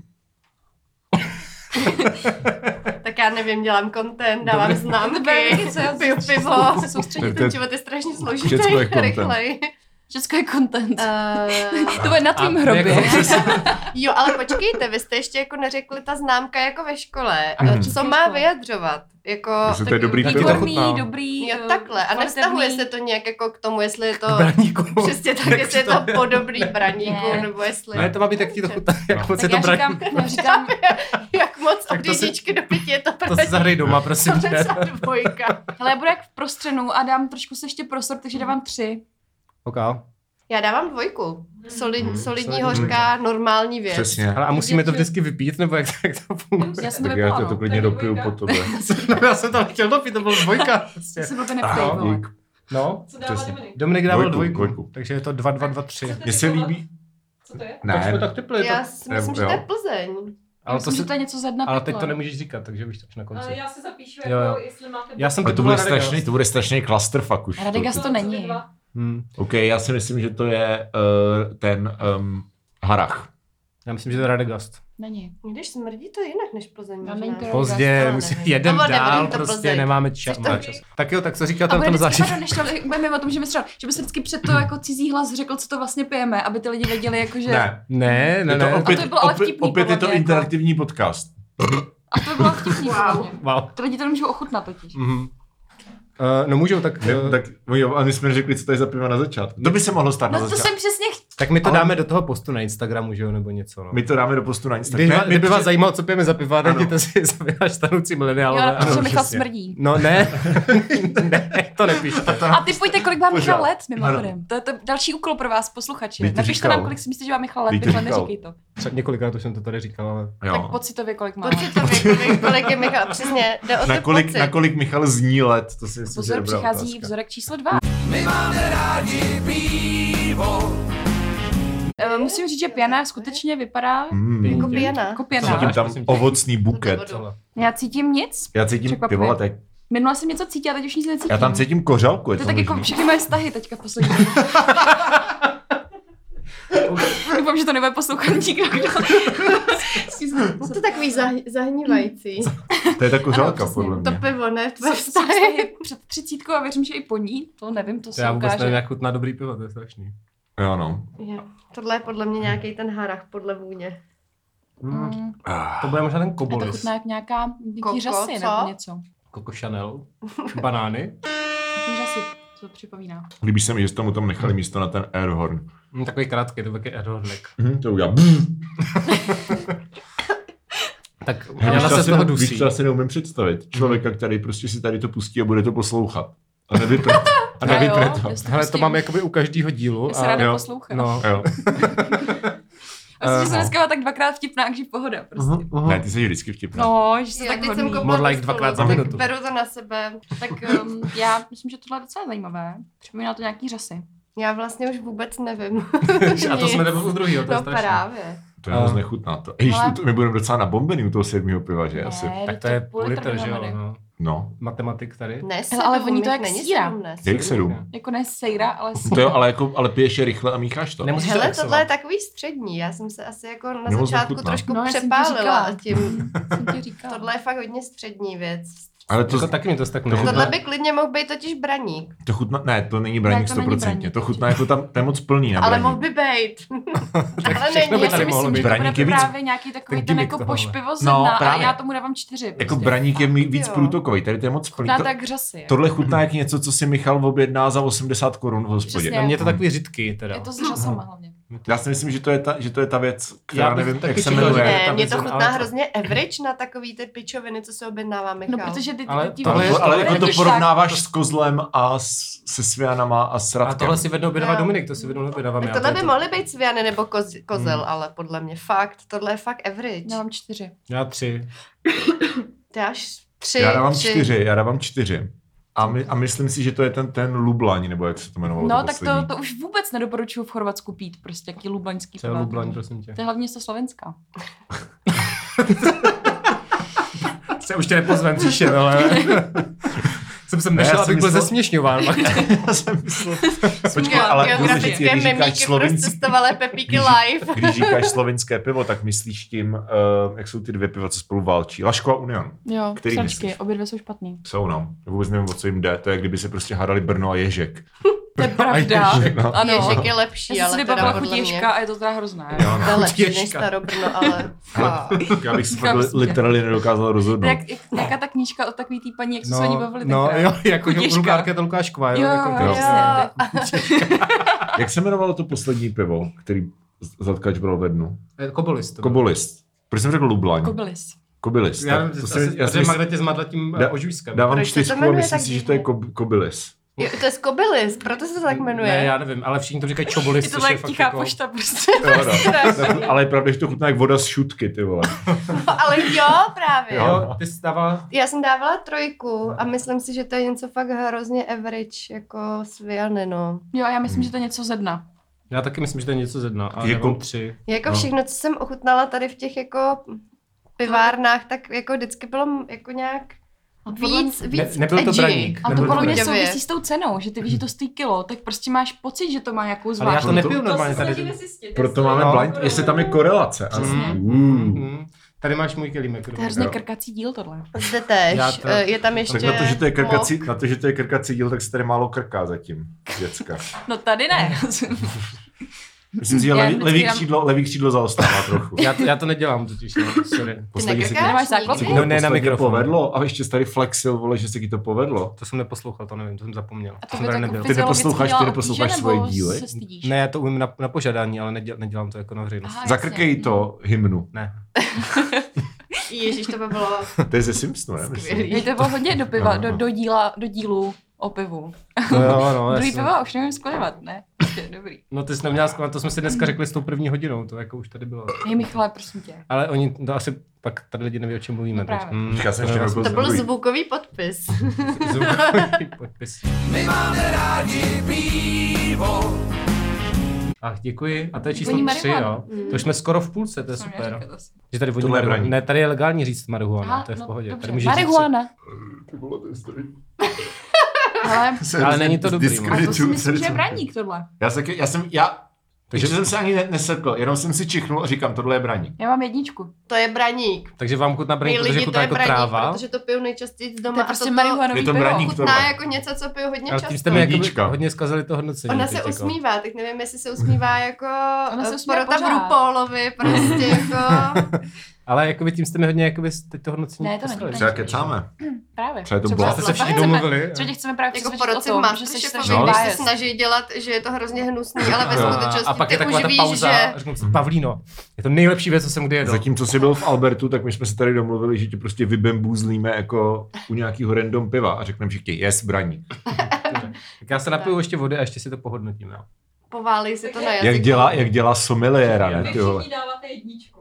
S3: Tak já nevím, dělám content, dávám Dobrý. známky,
S2: Dobrý, co já-
S3: piju pivo.
S2: se soustředit.
S6: To je-
S3: Ten život je strašně složitý,
S6: Všecko je content.
S3: rychlej.
S2: Všechno je content.
S3: Eh,
S2: To bude na tvým hrobě.
S4: jako
S3: Jo, ale počkejte, vy jste ještě jako neřekli ta známka jako ve škole.
S6: Mhm.
S3: Co má vyjadřovat? Jako,
S6: Jestli to je
S3: taky-
S6: dobrý
S4: Taky
S6: pivo.
S4: trochu-
S2: Výborný,
S4: chutná.
S2: dobrý.
S3: Jo,
S2: eh,
S3: takhle. A nevztahuje
S2: kvarterný.
S3: se to nějak jako k tomu, jestli je to...
S4: Braníku.
S3: Přesně tak,
S4: Jak
S3: jestli je
S4: to-
S3: to podobný braníku,
S2: Ne.
S3: nebo jestli...
S4: Ne, to má být jak ti to chutná, jak moc je
S2: Tak
S4: jako to
S2: já
S4: braní.
S2: říkám, já říkám,
S3: Jak moc
S4: Tak
S3: od
S4: to si-
S3: jedničky do pěti je to
S4: To se
S3: braníku.
S4: zahraj doma, prosím
S3: To
S4: tě.
S3: je za dvojka.
S2: hele, já budu jak v prostřenu a dám trošku se ještě prostor, takže dávám tři.
S4: Ok.
S3: Já dávám dvojku.
S5: Mhm.
S3: Solid, solidní
S4: Mhm, solidní.
S3: hořká, normální věc.
S6: Přesně.
S4: Ale a musíme to vždycky vypít, nebo jak, jak to funguje?
S2: Já jsem to
S6: Tak já
S2: vypila,
S6: to, to
S2: no.
S6: klidně
S5: To je
S6: dopiju
S5: dvojka.
S6: po tobě.
S4: No, já jsem to chtěl dopít, to byl dvojka. prostě.
S2: To se blbě neptej,
S6: Aha,
S2: vole.
S6: dík.
S4: No,
S5: Co dává
S6: Přesně.
S5: Dominik?
S4: Dominik dával
S6: Dvojku,
S4: dvojku,
S6: dvojku.
S4: takže je to 2, 2, 2, 3.
S5: Chcete
S6: Mně se
S5: typovat?
S6: líbí...
S5: Co to je?
S4: Tak jsme
S6: Ne,
S4: tak typli.
S3: Já
S4: to-
S3: si myslím, že
S6: Jo.
S3: to je Plzeň.
S2: Ale
S4: Ale to
S2: myslím, že
S4: se
S2: to je něco ze dna
S4: ale
S2: pytle.
S4: teď to nemůžeš říkat, takže víš to až na
S5: Ale
S4: konci.
S5: já si zapíšu,
S4: Jo,
S5: jako,
S4: jo.
S5: jestli máte... Jako
S4: Já jsem
S6: ale to
S4: typoval
S6: bude
S4: Radega.
S6: strašný, to bude strašný clusterfuck už.
S2: Radega-
S6: To-
S2: to
S5: Co ty
S2: není.
S5: dva?
S4: Hm.
S6: OK, já si myslím, že to je eh, ten em, harach.
S4: Já myslím, že to je Radegast.
S2: Není.
S3: Když smrdí, to je jinak než Plzeň.
S2: No,
S3: možná.
S2: není to Radegast.
S4: Pozdě,
S3: ale
S4: musí
S3: nevím.
S4: jeden
S3: Nebo nevím,
S4: dál,
S3: to
S4: prostě
S3: Plzeň.
S4: nemáme čas.
S3: Chceš
S4: máme
S5: to-
S4: čas. Tak jo, tak co říkal
S2: A
S4: tam
S2: bude
S4: ten
S2: vždycky,
S4: zážitek?
S2: pardon, než to, budeme o tom, že mi třeba, že by se vždycky před to jako cizí hlas řekl, co to vlastně pijeme, aby ty lidi věděli, jako, jakože...
S6: Ne,
S4: Ne, ne,
S6: je to
S4: ne.
S6: opět,
S2: A to bylo ale
S6: opět,
S2: vtipný,
S6: opět je
S2: podle
S6: to
S2: mě, jako.
S6: interaktivní podcast.
S2: A to by bylo vtipný.
S3: Wow.
S2: Wow.
S4: Wow.
S2: Ty lidi to nemůžou ochutnat totiž.
S4: Mhm. Eh, No můžou, tak,
S6: Ne,
S4: eh,
S6: tak, no jo, a my jsme řekli, co tady za pivo na začátku. To by se mohlo stát na
S2: No to
S6: začátku.
S2: jsem přesně chtěla.
S4: tak my to
S6: Ale-
S4: dáme do toho postu na Instagramu, že jo, nebo něco. No.
S6: My to dáme do postu na Instagram.
S4: Když
S6: Ne,
S4: vás,
S6: my
S4: kdyby vás
S6: přijde-
S4: zajímalo, co pijeme za piva,
S6: Ano.
S4: najděte si zavináč stanoucí mileniálové.
S2: Jo, protože
S4: Ano,
S2: Michal
S4: přesně.
S2: smrdí.
S4: No ne, ne, to nepíšte.
S2: A typujte, kolik vám Michal
S6: Pořád.
S2: let, mimochodem. To je to další úkol pro vás, posluchači.
S6: Vždyť to
S2: Napište
S6: říkal.
S2: nám, kolik si myslíte, že vám Michal let,
S6: Vždyť to
S2: tyhle
S6: říkal. No.
S2: neříkej to.
S4: Třeba několikrát už jsem to tady říkal, ale...
S2: Tak
S6: Jo.
S2: pocitově, kolik mám.
S3: Pocitově, kolik, kolik je Michal. Přesně, jde o
S6: Na
S3: ten
S6: kolik,
S3: pocit.
S6: na kolik Michal zní let, to si myslím, že je
S2: Pozor,
S6: dobrá
S2: přichází
S6: otázka.
S2: vzorek číslo dva. Eh, Musím říct, že Piana skutečně vypadá
S6: Mm.
S3: Jako pijana.
S2: jako
S6: Cítím
S2: Piana.
S4: Máš,
S6: tam
S4: prosím tě.
S6: ovocný buket.
S4: Tohle.
S2: Já cítím nic.
S6: Já cítím, ty
S2: Překvapuje.
S6: vole, tak
S2: Minule jsem něco cítila, teď už nic necítím.
S6: já tam cítím kořálku, je
S2: To
S6: to,
S2: je tak jako
S6: možný?
S2: všechny moje vztahy teďka poslední. Doufám, že to nebude poslouchat nikdo, kdo...
S3: Je to takový zah- zahnívající.
S6: To je ta kořálka,
S2: Ano, přesně.
S6: podle mě.
S3: To pivo, ne? Tvoje
S2: Jsou- jsou
S3: vztahy.
S2: vztahy před třicítkou a věřím, že i po ní, to nevím, to
S4: To
S2: se
S4: já vůbec nevím,
S2: ukáže.
S4: jak chutná dobrý pivo, to je strašný.
S6: Jo, no.
S3: Jo. Tohle je podle mě nějaký ten harach podle vůně.
S4: Mm.
S2: Mm,
S6: Ah.
S4: To bude možná ten
S2: a to
S4: kobolis.
S2: chutná jak nějaká
S3: Koko,
S2: nějaký řasy
S3: co?
S2: nebo něco.
S4: Coco Chanel, banány.
S2: Nějaký řasy, co to připomíná.
S6: Líbí se mi, že jste mu tam
S4: Hmm.
S6: nechali místo na ten airhorn.
S4: Mm, Takový krátký, to taky erornek.
S6: Mhm, to udělá.
S4: Tak
S6: Víš,
S4: Jana
S6: co
S4: se
S6: asi
S4: z toho Hmm.
S6: ne-
S4: dusí.
S6: Víš, co asi neumím představit. Člověka, který prostě si tady to pustí a bude to poslouchat. A nevypne to. A
S2: Já
S6: nevypne
S2: jo,
S6: to.
S2: já si
S4: Hele, to
S2: pustím.
S4: mám jakoby u každého dílu.
S2: Já se ráda
S6: jo,
S2: poslouchám.
S4: No,
S6: Jo.
S2: Já myslím, že
S6: Eh,
S2: jsem dneska byla tak dvakrát vtipná, že pohoda
S4: Mhm,
S2: prostě.
S6: Ne, ty jsi vždycky vtipná.
S2: No, že se
S3: Jo,
S2: tak
S3: teď jsem
S2: hodný.
S3: koupila
S4: More like
S3: tu
S4: dvakrát
S3: spolu,
S4: za
S3: tak
S4: minutu.
S3: Beru to na sebe.
S2: Tak um, já myslím, že tohle je docela zajímavé. Připomíná to nějaký řasy.
S3: Já vlastně už vůbec nevím.
S4: a to jsme
S3: Nic.
S4: nebyli u druhého, to je
S3: No
S4: strašný.
S3: právě.
S6: To je
S4: A-
S6: moc nechutná. To. Ej,
S2: Ale-
S6: to- my budeme docela nabombený u toho sedmého piva, že asi.
S4: Tak to je půl litr, že jo?
S2: dohromady.
S4: no.
S6: No.
S4: Matematik tady.
S3: Ne,
S2: Hele, ale voní to jak
S3: není
S2: síra.
S3: sedmnáct.
S6: Dej sedm.
S2: Jako ne sejra, ale
S6: To
S2: sejra.
S6: jo, ale, jako, ale piješ je rychle a mícháš to.
S4: Nemusíš
S3: Hele,
S4: to
S3: tohle je
S4: tohle...
S3: takový střední. Já jsem se asi jako na
S6: Nebo
S3: začátku
S6: zachutná.
S3: trošku
S2: No, já jsem ti
S3: přepálila
S2: říkala.
S3: tím.
S2: jsem ti říkala.
S3: Tohle je fakt hodně střední věc.
S6: Ale to,
S4: Jako taky mi to tak
S6: Tohle
S3: Tohle
S4: nechutná.
S3: by klidně mohl být totiž braník,
S6: to chutná, ne, to není braník
S2: Ne, to není
S6: stoprocentně.
S2: braník.
S6: To chutná jako tam, to je moc plný na
S3: ale
S6: braník.
S3: mohl by být.
S4: Tak
S3: ale
S4: všechno
S3: není.
S4: by
S2: No, Já si
S4: tady mohlo
S2: myslím, že to bude
S4: být.
S6: Braník je víc-
S2: právě nějaký takový
S4: ten
S2: ten
S4: gimmick
S2: jako
S4: tohohle.
S2: pošpivo
S6: No,
S2: zemna, ale
S6: právě.
S2: já tomu dávám čtyři.
S6: Jako braník je mí- víc
S3: Jo.
S6: průtokový, tady to je moc plný.
S2: Chutná
S6: To,
S2: No, tak řasy.
S6: tohle chutná jak něco, co si Michal objedná za 80 korun v hospodě.
S2: Přesně.
S4: Na mě je to No, takový řidký teda.
S2: Je to jako. s řasama hlavně.
S6: Já si myslím, že to je ta, že to je ta věc, která
S4: Já bych
S6: nevím, jak
S4: taky
S6: se
S4: čekal, že-
S6: jmenuje.
S4: je
S3: Ne,
S4: tam
S3: mě
S4: něco,
S3: to
S4: ale
S3: chutná
S4: to-
S3: hrozně average na takový ty pičoviny, co se objednáváme,
S2: No,
S3: chal.
S2: protože ty
S4: Ale
S2: ty-
S4: tohle
S6: Ale,
S4: je-
S6: ale jako to
S2: když tak-
S6: porovnáváš s kozlem a s, se svianama a s
S4: A
S6: radkem.
S4: tohle si vednou obědovat
S3: Já.
S4: Dominik, to si vednou obědovat
S3: Tak
S4: já.
S3: tohle
S4: to
S3: by
S4: je to-
S3: mohly být sviany nebo koz,
S6: Hmm.
S3: kozel, ale podle mě fakt, tohle je fakt average.
S2: Já mám čtyři.
S4: Já tři.
S3: Ty až tři,
S6: já dávám
S3: tři.
S6: čtyři, já dávám čtyři. A, my, a myslím si, že to je ten, ten Lublaň, nebo jak se to jmenovalo
S2: No,
S6: to
S2: tak
S6: poslední.
S2: to, to už vůbec nedoporučuju v Chorvatsku pít, prostě jaký lublaňský
S4: Třeba
S2: pivo.
S4: Lublaň, prosím tě.
S2: To je hlavně z toho Slovenska.
S4: Se už tě nepozvem příště, ale... Jsem sem
S6: Ne, já
S4: nešel,
S6: jsem
S4: abych byl
S6: myslel-
S4: zesměšňován.
S6: Já jsem myslel,
S3: Počkej,
S6: ale
S3: ale
S6: musíš říct,
S3: geografické
S6: když říkáš
S3: memíky
S6: slovinský-
S3: procestovalé pepíky
S6: Když-
S3: live.
S6: když říkáš slovinské pivo, tak myslíš tím, uh, jak jsou ty dvě piva, co spolu válčí. Laško a Union.
S2: Jo,
S6: Který
S2: sračky,
S6: myslíš?
S2: obě dvě jsou špatný.
S6: Jsou, no. Já Vůbec nevím, o co jim jde. To je, kdyby se prostě hádali Brno a Ježek.
S2: To je pravda.
S6: Ježek, no.
S2: Ano.
S3: Ježek je
S2: Já
S3: lepší,
S2: jsem si
S3: ale teda
S2: vybavila
S3: podle mě.
S2: chutěžka a je to teda hrozné.
S6: Jo,
S3: To je
S6: no.
S3: lepší než
S4: Chutěžka.
S3: starobrno, ale...
S6: Ale- Já bych se
S2: Říkám
S6: fakt li-
S2: si tě.
S6: literally nedokázal rozhodnout.
S2: Jak, jak, jaká ta knížka od takový té paní, jak no, se o ní bavili
S4: no
S2: tenkrát?
S4: jo, jako
S2: Chutěžka.
S4: hlubárka to Lukáš Kva, jo.
S2: Jo,
S4: jako,
S2: jo,
S4: to-
S2: přesně, to je-
S6: Jak se jmenovalo to poslední pivo, který Zatkač bral ve dnu?
S4: Eh, Kobolist. to byl.
S6: Kobolist. Proč jsem řekl Lublaň?
S2: Kobylis.
S6: Kobylis.
S4: Já
S6: tak
S4: nevím,
S6: to
S4: že
S6: si-
S4: asi-
S6: já si
S4: protože
S6: mysl-
S4: Magda tě zmadla tím eh,
S6: Da-
S4: ožujskem.
S6: Dávám
S3: Proč se to
S6: čtyřku a
S3: jmenuje
S6: myslím
S3: tak
S6: si, že to je
S3: divně?
S6: kob- Kobylis.
S3: Jo, to je skobilis, proto se to tak jmenuje.
S4: Ne, já nevím, ale všichni to říkají čobolist.
S2: Je to
S4: což
S2: tak
S4: fakt
S2: tichá
S4: jako-
S2: pošta prostě.
S6: Jo, no. Ale je pravda, že to chutná jak voda z šutky, ty vole.
S3: No, ale jo, právě.
S6: Jo.
S4: Jo, ty jsi dávala...
S3: Já jsem dávala trojku a myslím si, že to je něco fakt hrozně average, jako sviany, no.
S2: Jo, já myslím, že to je něco ze dna.
S4: Já taky myslím, že to je něco ze dna, ale
S6: Je
S4: jako...
S6: ko-
S4: tři.
S3: Jako
S6: No.
S3: všechno, co jsem ochutnala tady v těch jako pivárnách, tak jako vždycky bylo m- jako nějak
S2: A podle
S3: víc,
S4: Ne,
S3: víc
S4: nebyl to
S3: edgy.
S4: braník.
S2: A to
S4: Nebyl
S2: podle mě
S3: Chuťově.
S2: souvisí s tou cenou, že ty víš, že to stojí kilo, tak prostě máš pocit, že to má nějakou
S4: Ale já
S2: zvláštní.
S4: to nepiju
S5: To se
S4: normálně tady.
S5: snažíme zjistit.
S6: Proto
S5: jestli-
S6: máme
S4: No.
S6: blind, jestli tam je korelace. ano.
S2: Přesně.
S6: Mm.
S4: Mm. Tady máš můj kelímek.
S2: To je hrozně
S6: Jo.
S2: krkací díl tohle.
S3: Zde tež.
S4: Já to-
S3: Eh, je tam ještě
S6: Tak na to, že to je krkací,
S3: mok.
S6: na to, že to je krkací díl, tak se tady málo krká zatím, děcka.
S2: No tady ne.
S6: Myslím si, že
S2: Já
S6: levý,
S2: vždycky
S6: levý,
S2: dám-
S6: křídlo, levý křídlo zaostává trochu.
S4: Já to, já to nedělám totiž, no, sorry.
S6: se
S3: nekrkáš
S6: ti-
S2: Nemáš
S3: nikdy?
S2: záklopky?
S6: se ti to
S4: No, ne na
S6: posledně
S4: mikrofon.
S6: povedlo, a ještě jsi tady flexil, vole, že se ti to povedlo.
S4: To jsem neposlouchal, to nevím, to jsem zapomněl.
S2: A
S4: To
S2: to jako
S4: jsem
S2: by
S4: tady
S2: tak
S4: nebyl.
S6: Ty neposloucháš- ty
S2: dělala
S6: neposloucháš
S2: obtíže,
S6: svoje
S2: nebo
S6: díly?
S2: se stydíš?
S4: Ne, já to umím na, na požádání, ale neděl, nedělám to jako na veřejnosti.
S2: Aha, jasně.
S6: Zakrkej to hymnu.
S4: Ne.
S3: Ježíš, to by bylo...
S6: To je ze Simpsonu, ne? myslím?
S2: Jej to bylo hodně do piva,
S6: No, no.
S2: do, do, díla, do dílu o pivu.
S4: No, jo, no,
S2: Druhý
S4: jasně.
S2: piva už nevím skolovat, ne? Prostě, Dobrý.
S4: No ty jsi neměla skvěle, to jsme si dneska řekli s tou první hodinou, to jako už tady bylo.
S2: Hej Michale, prosím tě.
S4: Ale oni, to asi pak tady lidi neví, o čem mluvíme.
S2: No
S4: teď.
S2: právě.
S4: Hmm,
S6: Já jsem
S4: to
S6: ještě
S4: je
S6: nebyl
S3: To byl
S6: Dobrý.
S3: zvukový podpis.
S4: zvukový podpis. Ach, děkuji. A to je číslo
S2: Voní
S4: 3, jo.
S3: Mm.
S2: marihuana.
S4: To už jsme skoro v půlce, to je
S2: Co mě
S4: super.
S2: říkat asi.
S4: Že tady voní
S6: Tohle je
S4: marihuana.
S6: braní.
S4: Ne, tady je legální říct marihuana,
S2: Aha,
S4: to je v
S2: no,
S4: pohodě. Tady
S2: dobře.
S4: můžeš říct-
S2: Marihuana. Ale
S4: Ale není to dobrý,
S2: a to si
S6: Diskretu-
S2: myslím, že je braník tohle.
S6: Já, se, já jsem, já, takže jsem se ani ne- nesekl, jenom jsem si čichnul a říkám, tohle je braní.
S2: Já mám jedničku.
S3: To je braník.
S4: Takže vám chutná braní,
S3: Mí
S4: protože
S3: lidi to
S4: chutná
S3: je
S4: jako
S3: braník,
S4: tráva.
S3: protože to piju nejčastěji z doma.
S2: To je
S3: a
S2: prostě
S3: toto
S2: marihuanový
S6: Je to
S2: pivo.
S6: braník.
S3: Chutná jako něco, co piju hodně
S4: Ale tím jste
S3: často.
S4: mi jakoby
S6: Jednička.
S4: hodně zkazili to hodnocení.
S3: Ona
S4: teď
S3: se
S4: jako.
S3: usmívá, tak nevím, jestli se usmívá jako
S2: Ona se
S3: eh,
S2: usmívá
S3: porota v
S2: pořád.
S3: RuPaulovi, prostě jako...
S4: Ale jakoby tím jste mi hodně jakoby teď to hodnocení
S2: Ne, to není
S4: zkazili.
S2: braní.
S6: Třeba kecáme.
S2: Právě.
S6: Třeba je to
S4: Vy
S6: blázen.
S4: Jste se všichni
S2: Chceme-
S4: domluvili.
S2: Co tě chceme právě
S3: jako
S2: přesvědčit o
S3: proč si
S2: tom,
S3: máš,
S2: že jsi
S3: že
S2: strašný
S6: No.
S3: povídá, se
S2: bias.
S3: snaží dělat, že je to hrozně hnusný, ale ve
S6: No.
S3: skutečnosti
S4: a pak je
S3: ty
S4: taková
S3: už
S4: ta
S3: víš,
S4: pauza
S3: že...
S4: a řeknu si, Pavlíno, je to nejlepší věc, co jsem kdy jedl.
S6: Zatímco jsi byl v Albertu, tak my jsme se tady domluvili, že tě prostě vybembůzlíme jako u nějakého random piva a řekneme všichni, yes, braní.
S4: Tak já se napiju ještě vody a ještě si to pohodnotíme. jo.
S3: Poválí si to na jazyk.
S6: Jak dělá, jak dělá sommeliéra,
S5: Vy
S6: ne, ty vole.
S5: všichni dáváte jedničku.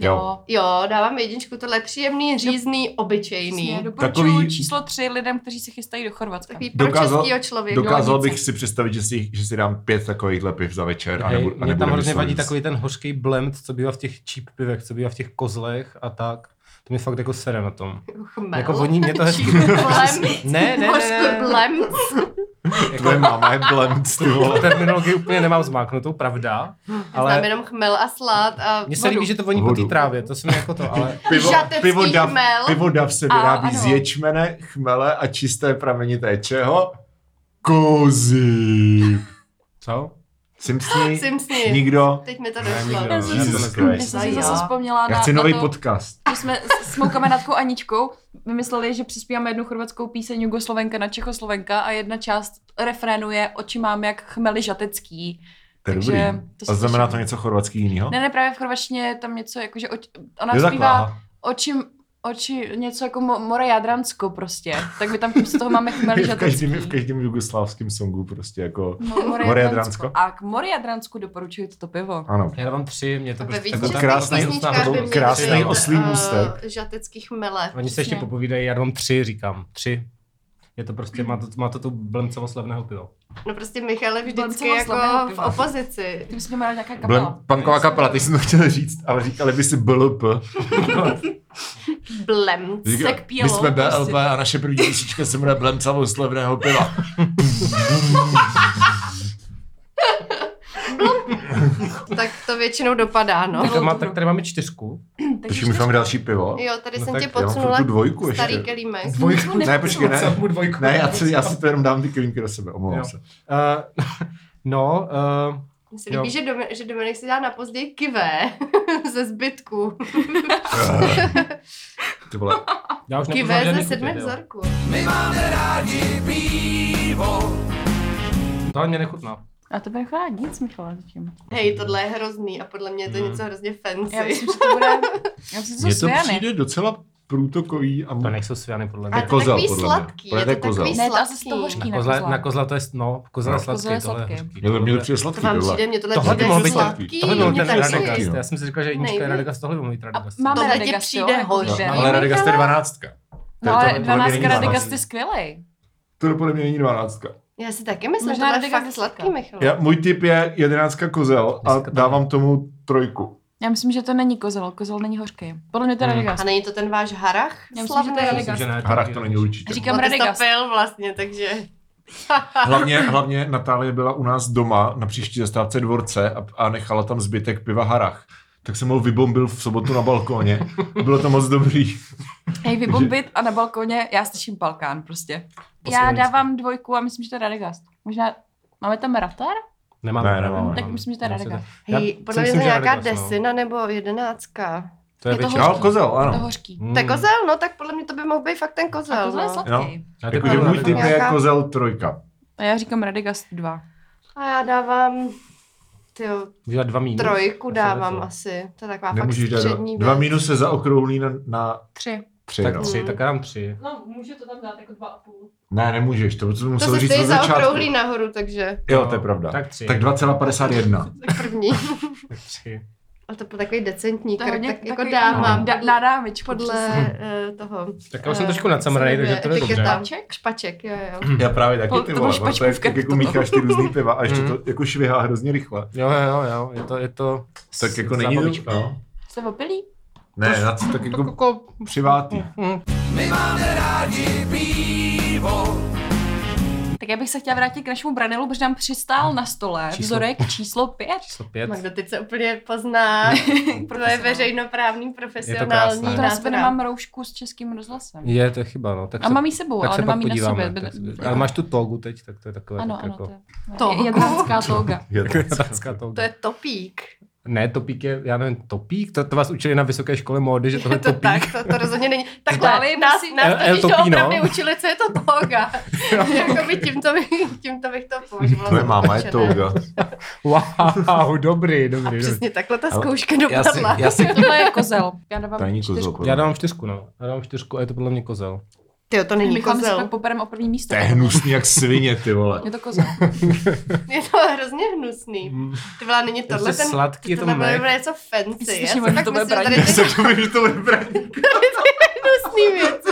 S2: No,
S6: Jo.
S3: Jo, dávám jedničku, tohle je příjemný, řízný, obyčejný.
S2: Jasně, doporučuji
S6: Takový-
S2: číslo tři lidem, kteří se chystají do Chorvatska.
S3: Takový pro
S6: Dokázal-
S3: českýho člověka.
S6: Dokázal
S3: Nic.
S6: bych si představit, že si, že si dám pět takovýchhle piv za večer a,
S4: Hej,
S6: nebudu, a
S4: Mě
S6: nebude
S4: tam
S6: mi
S4: hrozně
S6: se
S4: vadí
S6: víc.
S4: takový ten hořký blend, co bývá v těch cheap pivech, co bývá v těch kozlech a tak. To mě fakt jako sere na tom.
S3: Chmel.
S4: Jako voní mě to hezky.
S3: Blem.
S4: Ne, ne, ne, ne.
S3: Blem.
S6: Tvoje máma je blend, ty vole.
S4: Tu terminologii úplně nemám zmáknutou, pravda.
S3: Ale... Znám
S4: Ale
S3: jenom chmel a slad a
S4: mně se líbí, že to voní po
S6: Vodu.
S4: té trávě, to jsem jako to, ale...
S6: Pivo,
S3: Žatecký
S6: pivo, dav,
S3: chmel.
S6: pivo dav se
S2: A,
S6: vyrábí
S2: ano.
S6: z ječmene, chmele a čisté pramenité čeho? Kozy.
S4: Co?
S6: Simpsoni?
S3: Simsni.
S6: Nikdo?
S3: Teď mi to
S4: Ne,
S3: došlo.
S4: nikdo. Já
S2: jsem
S6: Jesus
S2: si- Já
S6: Christ.
S2: jsem si
S3: No
S2: zase
S3: jo.
S2: vzpomněla
S6: Já
S2: na,
S6: chci
S2: na
S6: nový
S2: to,
S6: podcast.
S2: že jsme s, s mou kamarádkou Aničkou vymysleli, že přispíváme jednu chorvatskou píseň Jugoslovenka na Čechoslovenka a jedna část refrénu je Oči mám jak chmely žatecký.
S6: To je
S2: Takže
S6: dobrý.
S2: to
S6: A
S2: se
S6: znamená to
S2: těším.
S6: něco chorvatský jinýho?
S2: Ne, ne, právě v chorvačtině je tam něco, jako, že oč, ona
S6: Jo, tak
S2: zpívá
S6: váha.
S2: oči, oči, něco jako mo, more jadransko prostě. Tak my tam z toho máme chmel
S6: v každém, v každém jugoslávském songu prostě jako...
S2: Mo-
S6: More
S2: More
S6: Jadransko.
S2: Jadransko. A k More Jadransku doporučuji toto pivo.
S6: Ano.
S4: Já dám tři, mě to
S3: A ve víc
S4: prostě... to tam-
S3: českých
S6: krásný-
S3: písničkách
S6: to
S3: by
S6: byl
S3: měli
S6: krásný
S3: být,
S6: oslý
S3: eh,
S6: můstek.
S3: Žatecký chmele.
S4: Oni se ještě
S2: Přesně.
S4: popovídají, já dám tři, říkám. Tři. Je to prostě, má to, má to tu blemcovo slavného pivo.
S3: No prostě Michal je vždycky
S2: Blncovou
S3: jako
S2: slavného
S3: v
S2: piva.
S3: opozici.
S2: Ty bys měla nějaká kapela.
S6: Blem, panková kapela, teď jsem to chtěl říct, ale říkali by si BLP.
S3: Blem.
S6: Říkali,
S2: Tak pílo,
S6: my jsme BLP
S2: prostě.
S6: a naše první písnička se jmenuje Blem slavného piva.
S3: Tak to většinou dopadá, no.
S4: Tak, má, tak tady máme čtyřku.
S6: Takže už máme další pivo.
S3: Jo, tady
S4: No
S3: jsem
S4: tak
S3: tě
S4: já mám
S3: podsunula
S6: tu dvojku
S3: starý
S6: ještě.
S3: kelímek.
S6: Dvojku, ne, počkej, ne.
S4: Mu dvojku.
S6: Ne, já, si, já si to jenom dám ty klinky do sebe, omlouvám
S4: Jo.
S6: se.
S4: Uh, no, uh,
S3: Mně se
S4: Jo.
S3: líbí, že, Domin- že Dominik si dá na později kivé ze zbytku.
S6: Ty vole,
S4: já už nepoznám
S3: Kivé
S4: žádný
S3: ze
S4: chuť,
S3: sedmi
S4: jo.
S3: vzorků.
S4: Tohle mě nechutná.
S2: A to bude chodit nic, Michala, zatím.
S3: Hej, tohle je hrozný a podle mě je to
S4: Mm.
S3: něco hrozně fancy.
S2: Já myslím, že to bude... Já myslím, že to
S6: mně to
S2: jsou svěny.
S6: přijde docela průtokový a
S4: To nejsou svěny, podle
S3: A
S4: mě.
S3: je to
S6: kozel,
S3: takový
S6: podle mě.
S3: sladký,
S6: To je
S3: je to
S6: tak kozel.
S3: takový
S2: Ne, to asi z
S3: sladký.
S2: toho hořký
S4: Na
S2: na
S4: kozle,
S2: kozla.
S4: na kozla to je, no, kozla
S6: No.
S4: je sladký,
S2: Kozla je
S4: tohle je
S2: sladký.
S4: hořký.
S6: Mně to- mně to
S4: Tohle-
S6: přijde
S3: To
S6: sladký,
S3: vám
S6: tohle.
S3: přijde, mě tohle
S4: Tohle
S3: přijde
S4: by mohl
S3: jako
S4: být
S3: sladký.
S6: To
S4: Tohle byl
S3: mě
S4: ten
S3: tak
S6: Radek
S3: přijde.
S6: Ast.
S4: Radegast. Já jsem si říkal, že Inička je
S3: Nejvíc.
S4: Radegast, tohle by mohl být Radegast.
S2: máme
S3: Tohle ti
S2: Radegast,
S3: přijde
S2: jo, jako
S3: hoř.
S2: jde.
S6: No, Ale Radegast je dvanáctka.
S2: No
S6: To je
S2: ale
S6: to-
S2: 12
S6: to je
S2: Radegast
S6: dvanáct.
S2: je skvělej.
S6: To podle mě není dvanáctka.
S3: Já si taky myslím, že
S2: Možná
S3: tohle je
S2: Radek a
S3: fakt
S2: Zuzka.
S3: sladký, Michal.
S6: Já, můj tip je jedenáctka kozel a
S4: Dneska to
S6: dávám tomu trojku.
S2: Já myslím, že to není kozel, kozel není hořký. Podle mě to je
S4: Hmm.
S2: Radegast.
S3: A není to ten váš harach
S2: Já myslím, že to je
S3: slavný?
S2: Radek
S4: Myslím, že ne,
S6: Harach to není určitě.
S2: Říkám
S3: No, ty jsi to
S2: Radegast.
S3: pil vlastně, takže...
S6: Hlavně, hlavně Natálie byla u nás doma na příští zastávce dvorce a, a nechala tam zbytek piva Harach. Tak jsem ho vybombil v sobotu na balkóně. Bylo to moc dobrý.
S2: Hej, vybombit a na balkoně, já slyším Balkán prostě. Já
S6: Slovensku.
S2: dávám dvojku a myslím, že to je Radegast. Možná máme tam ratar?
S4: Nemáme.
S6: Ne, nemáme.
S4: nemáme.
S2: Tak myslím, že to je
S4: Já si
S2: Radegast.
S4: Já
S3: Hej,
S4: si
S3: podle mě to
S4: myslím, že
S3: nějaká
S4: Radegast, no.
S3: desina nebo jedenáctka.
S4: To je
S2: Je to
S4: větší.
S2: hořký.
S6: No, kozel,
S2: To
S6: ano.
S2: hořký.
S4: Mm.
S3: To je kozel, no tak podle mě to by mohl být fakt ten
S2: A
S3: kozel.
S2: kozel je
S3: no.
S2: sladký.
S4: Já ty
S6: Jakože
S4: kozel
S6: můj tip
S4: Radegast.
S6: je
S3: Nějaká-
S6: kozel trojka.
S2: A já říkám Radegast 2.
S3: A já dávám... Tyjo,
S4: Udělat dva mínus.
S3: trojku
S4: Já se
S3: dávám
S4: neco.
S3: asi. To je taková
S6: Nemůžeš
S3: fakt
S6: dát dva-
S3: střední
S6: dva
S3: věc.
S6: minus se zaokrouhlí na, na
S2: 3.
S6: tři.
S4: Tak
S6: no.
S4: tři,
S3: Mm.
S4: tak já dám tři.
S5: No, může to tam dát jako dva a půl.
S6: Ne, nemůžeš, to jsem
S3: To
S6: musel
S3: se
S6: říct
S3: stejně
S6: od začátku.
S3: zaokrouhlí nahoru, takže
S6: Jo, to je pravda.
S4: Tak tři.
S6: Tak 2,51.
S3: první.
S4: Tak tři.
S3: A to byl takový decentní
S2: To
S3: krk,
S2: je hodně
S3: tak jako
S2: takový-
S3: dávám
S2: Da- Na dámičku.
S3: podle
S2: přesně.
S3: eh, toho.
S4: Tak já už jsem
S3: eh,
S4: trošku nacemraný,
S3: jak se
S4: takže to je
S3: jmenuje,
S4: dobře.
S3: etiketa.
S2: Špaček?
S3: Špaček, jo, jo.
S4: Mhm.
S6: Já právě
S2: To-
S6: taky ty
S2: to
S6: vole,
S2: byl
S6: no, to je
S2: špačkůvka,
S6: jak jako
S2: to byl.
S6: mícháš ty různý piva a ještě
S4: Mm.
S6: to jako švihá hrozně rychle.
S4: Jo, jo, jo, je to, je to...
S6: Tak jako
S4: je to
S6: není to,
S4: zábavička.
S6: no.
S2: Jste opilí?
S6: Ne, na to tak jako přivátý.
S2: Tak já bych se chtěla vrátit k našemu branelu, protože nám přistál na stole
S4: Číslo-
S2: vzorek číslo 5.
S4: Číslo pět.
S3: Magda, teď se úplně pozná tvoje
S2: Profesionál.
S3: veřejnoprávní profesionální
S4: krásné.
S2: To na
S3: nátora.
S2: sebe nemám roušku s českým rozhlasem.
S4: Je, to je chyba, no. Tak
S2: A
S4: se-
S2: mám ji sebou,
S4: tak
S2: ale
S4: se pak
S2: nemám ji na
S4: podíváme.
S2: sobě.
S4: tak se- Ale máš tu togu teď, tak to je takové...
S2: Ano,
S4: tak
S2: ano,
S4: jako...
S2: to je
S3: Toga.
S2: je- jadranská toga.
S6: Je to-
S4: Jadranská touga.
S3: To je topík.
S4: Ne, topík je, já nevím, topík? To, to vás učili na vysoké škole módy, že tohle
S3: Je
S4: je
S3: to
S4: topík.
S3: tak, to, to rozhodně není. Takhle,
S2: Ale
S3: nás,
S2: musí-
S4: El-
S3: nás
S4: El
S3: totiž
S4: Topino.
S3: doopravdy učili, co je to toga. Jakoby tímto, bych, tímto bych to považovala.
S6: Tvoje
S3: za
S6: máma je
S3: ukončené.
S6: touga.
S4: Wow, dobrý, dobrý,
S3: A
S4: dobrý.
S3: přesně takhle ta
S6: Ale
S3: zkouška dopadla.
S6: já si
S2: Tohle je kozel. Já
S6: To
S2: dávám
S6: není kozel,
S2: čtyřku.
S6: podle
S4: Já dávám čtyřku, no. Já dávám čtyřku a je to podle mě kozel.
S3: Tyjo, to není
S2: My se
S3: kozel.
S2: pak poperem o první
S6: To
S2: místo.
S6: je hnusný jak svině, ty vole.
S2: Je to kozel.
S3: Je to hrozně hnusný. Ty vole, není
S4: to
S3: tohle ten...
S4: Prostě sladký, je to
S3: tohle bude
S4: mek.
S3: bude něco fancy.
S2: Slyším,
S3: Já si
S2: jak
S3: fakt
S2: to bude
S3: myslím, že tady
S2: braní.
S3: ty
S6: Já to že to bude brání.
S3: hnusný věci.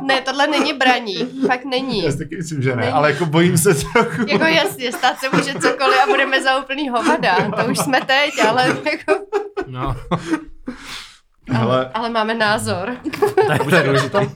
S3: Ne, tohle není braní. Fakt není.
S6: Já si taky myslím, že ne,
S3: Není.
S6: ale jako bojím se trochu.
S3: Jako jasně, stát se může cokoliv a budeme za úplný hovada. To už jsme teď, ale, jako,
S4: No,
S6: Hele,
S3: ale máme názor.
S4: tak to je důležité.
S6: um,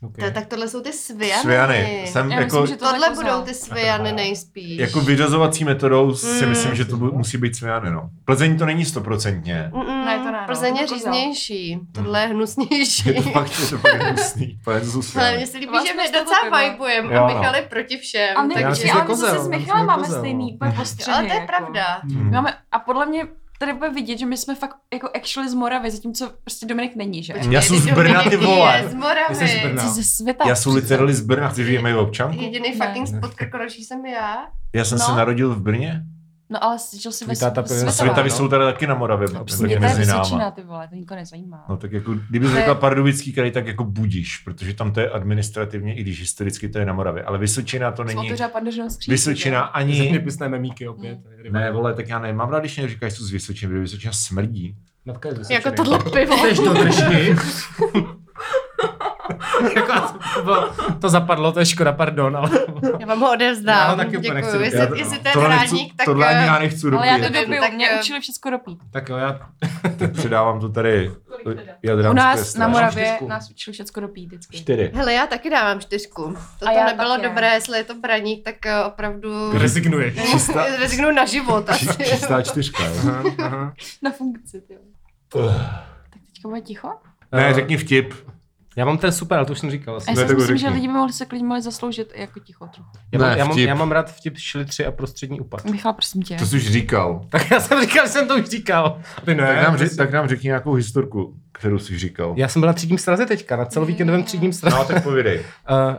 S3: To,
S4: Okay.
S3: tak tohle jsou ty svianiny.
S6: Svijany, jsem
S2: Já
S6: jako,
S2: myslím, že
S3: Tohle
S2: je kozel.
S3: budou ty sviany nejspíš.
S6: jako vyřazovací metodou si
S3: Mm.
S6: myslím, že to bu- musí být sviany, no. Plzeň to není stoprocentně.
S3: Mm,
S2: Ne, to ne, no.
S3: Plzeň je
S2: To kozel.
S3: říznější, tohle je hnusnější.
S6: Mm. Je to fakt, je to fakt hnusný. Ale to jsou
S3: Ale
S6: sviany.
S3: mně se líbí,
S2: Vlastně
S3: že my
S2: z toho
S3: docela
S2: piva.
S3: vajbujeme
S6: Jo,
S3: a
S6: no.
S3: Michal je proti všem.
S2: A ne,
S4: Já
S2: ale
S4: myslím,
S3: takže...
S4: že to je
S2: my
S4: kozel,
S2: zase s
S4: já myslím, že to
S2: Michalem
S4: je
S2: máme
S4: kozel.
S2: stejný úplně postřehy.
S3: Ale to je
S2: jako.
S3: pravda.
S6: Mm.
S2: Máme, a podle mě tady bude vidět, že my jsme fakt jako actually z Moravy, zatímco prostě Dominik není, že?
S6: Já jsem z Brna, ty
S3: Je
S6: vole.
S3: z
S4: Ty jsi z
S3: Moravy.
S4: Brna.
S2: Jsi ze světa.
S6: no. Já jsem literally z
S3: No.
S6: Brna, ty žijeme v občanku.
S3: Jediný
S2: Ne.
S6: Jako
S3: fucking spod krkonoší jsem já.
S6: Já jsem
S2: No.
S6: se narodil v Brně.
S2: No ale že si
S4: Tvůj
S2: ve
S4: táta pije
S2: světová,
S4: světavy
S2: no.
S4: jsou
S6: tady taky na Moravě,
S2: Mě to je Vysočina, ty vole, to nikoho nezajímá.
S6: No tak jako, kdyby
S2: To je-
S6: řekla Pardubický kraj, tak jako budíš, protože tam to je administrativně, i když historicky to je na Moravě. Ale Vysočina to není...
S2: Otuža pandořinou skříní.
S6: Vysočina ani...
S4: Zeměpisné memíky opět.
S6: Ne, vole, tak já nemám rád, když mě říkáš, že jsou z Vysočiny, protože Vysočina smrdí.
S4: Natka je z
S3: Jako
S4: Vysočiny.
S3: tohle pivo.
S4: Jdeš do držky. Jako, to, bylo, to zapadlo, to je škoda, pardon, ale
S3: Já vám ho
S4: Já ho
S3: odevzdám.
S4: taky úplně nechci
S3: Děkuji.
S4: dopít.
S6: Já
S3: Jestli,
S6: to-
S3: jestli to je
S6: no. tohle nechci-
S3: hrádník, tak...
S6: Tohle ani
S3: eh,
S6: já nechci
S2: Ale já to
S6: dopít.
S2: dobiju,
S3: Tak,
S2: mě
S3: eh,
S2: učili všechno dopít.
S4: tak jo, já
S6: Tak předávám to tady
S5: Kolik teda?
S6: jadrám
S2: U nás na Moravě
S4: čtyřku.
S2: nás učili všechno dopít vždycky.
S6: Čtyři.
S3: Hele, já taky dávám čtyřku.
S2: A
S3: Toto
S2: já
S3: nebylo
S2: taky ne.
S3: dobré, jestli je to braník, tak eh, opravdu...
S4: rezignuješ.
S6: Čistá-
S3: Rezignu na život asi.
S6: Či- Čistá čtyřka, jo.
S2: Na funkci, ty. jo. Tak teďka bude ticho?
S6: Ne, řekni vtip.
S4: Eh, Já mám ten super, ale to už jsem říkal. vlastně. Asi.
S2: A já si
S6: Ne, tak
S2: myslím, že
S6: řekni.
S2: lidi by mohli se klidně mohli zasloužit i jako ticho trochu.
S4: Já, mám,
S6: Ne,
S4: já, mám,
S6: vtip.
S4: já mám rád vtip šli tři a prostřední upad.
S2: Michal, prosím tě.
S6: To jsi už říkal.
S4: Tak já jsem říkal, že jsem to už říkal. Ty ne.
S6: Tak nám, ři,
S4: prostě.
S6: tak nám řekni nějakou historku, kterou jsi říkal.
S4: Já jsem byl na třídním sraze teďka, na celovíkendovém třídním sraze.
S6: No, tak povědej.
S4: Uh,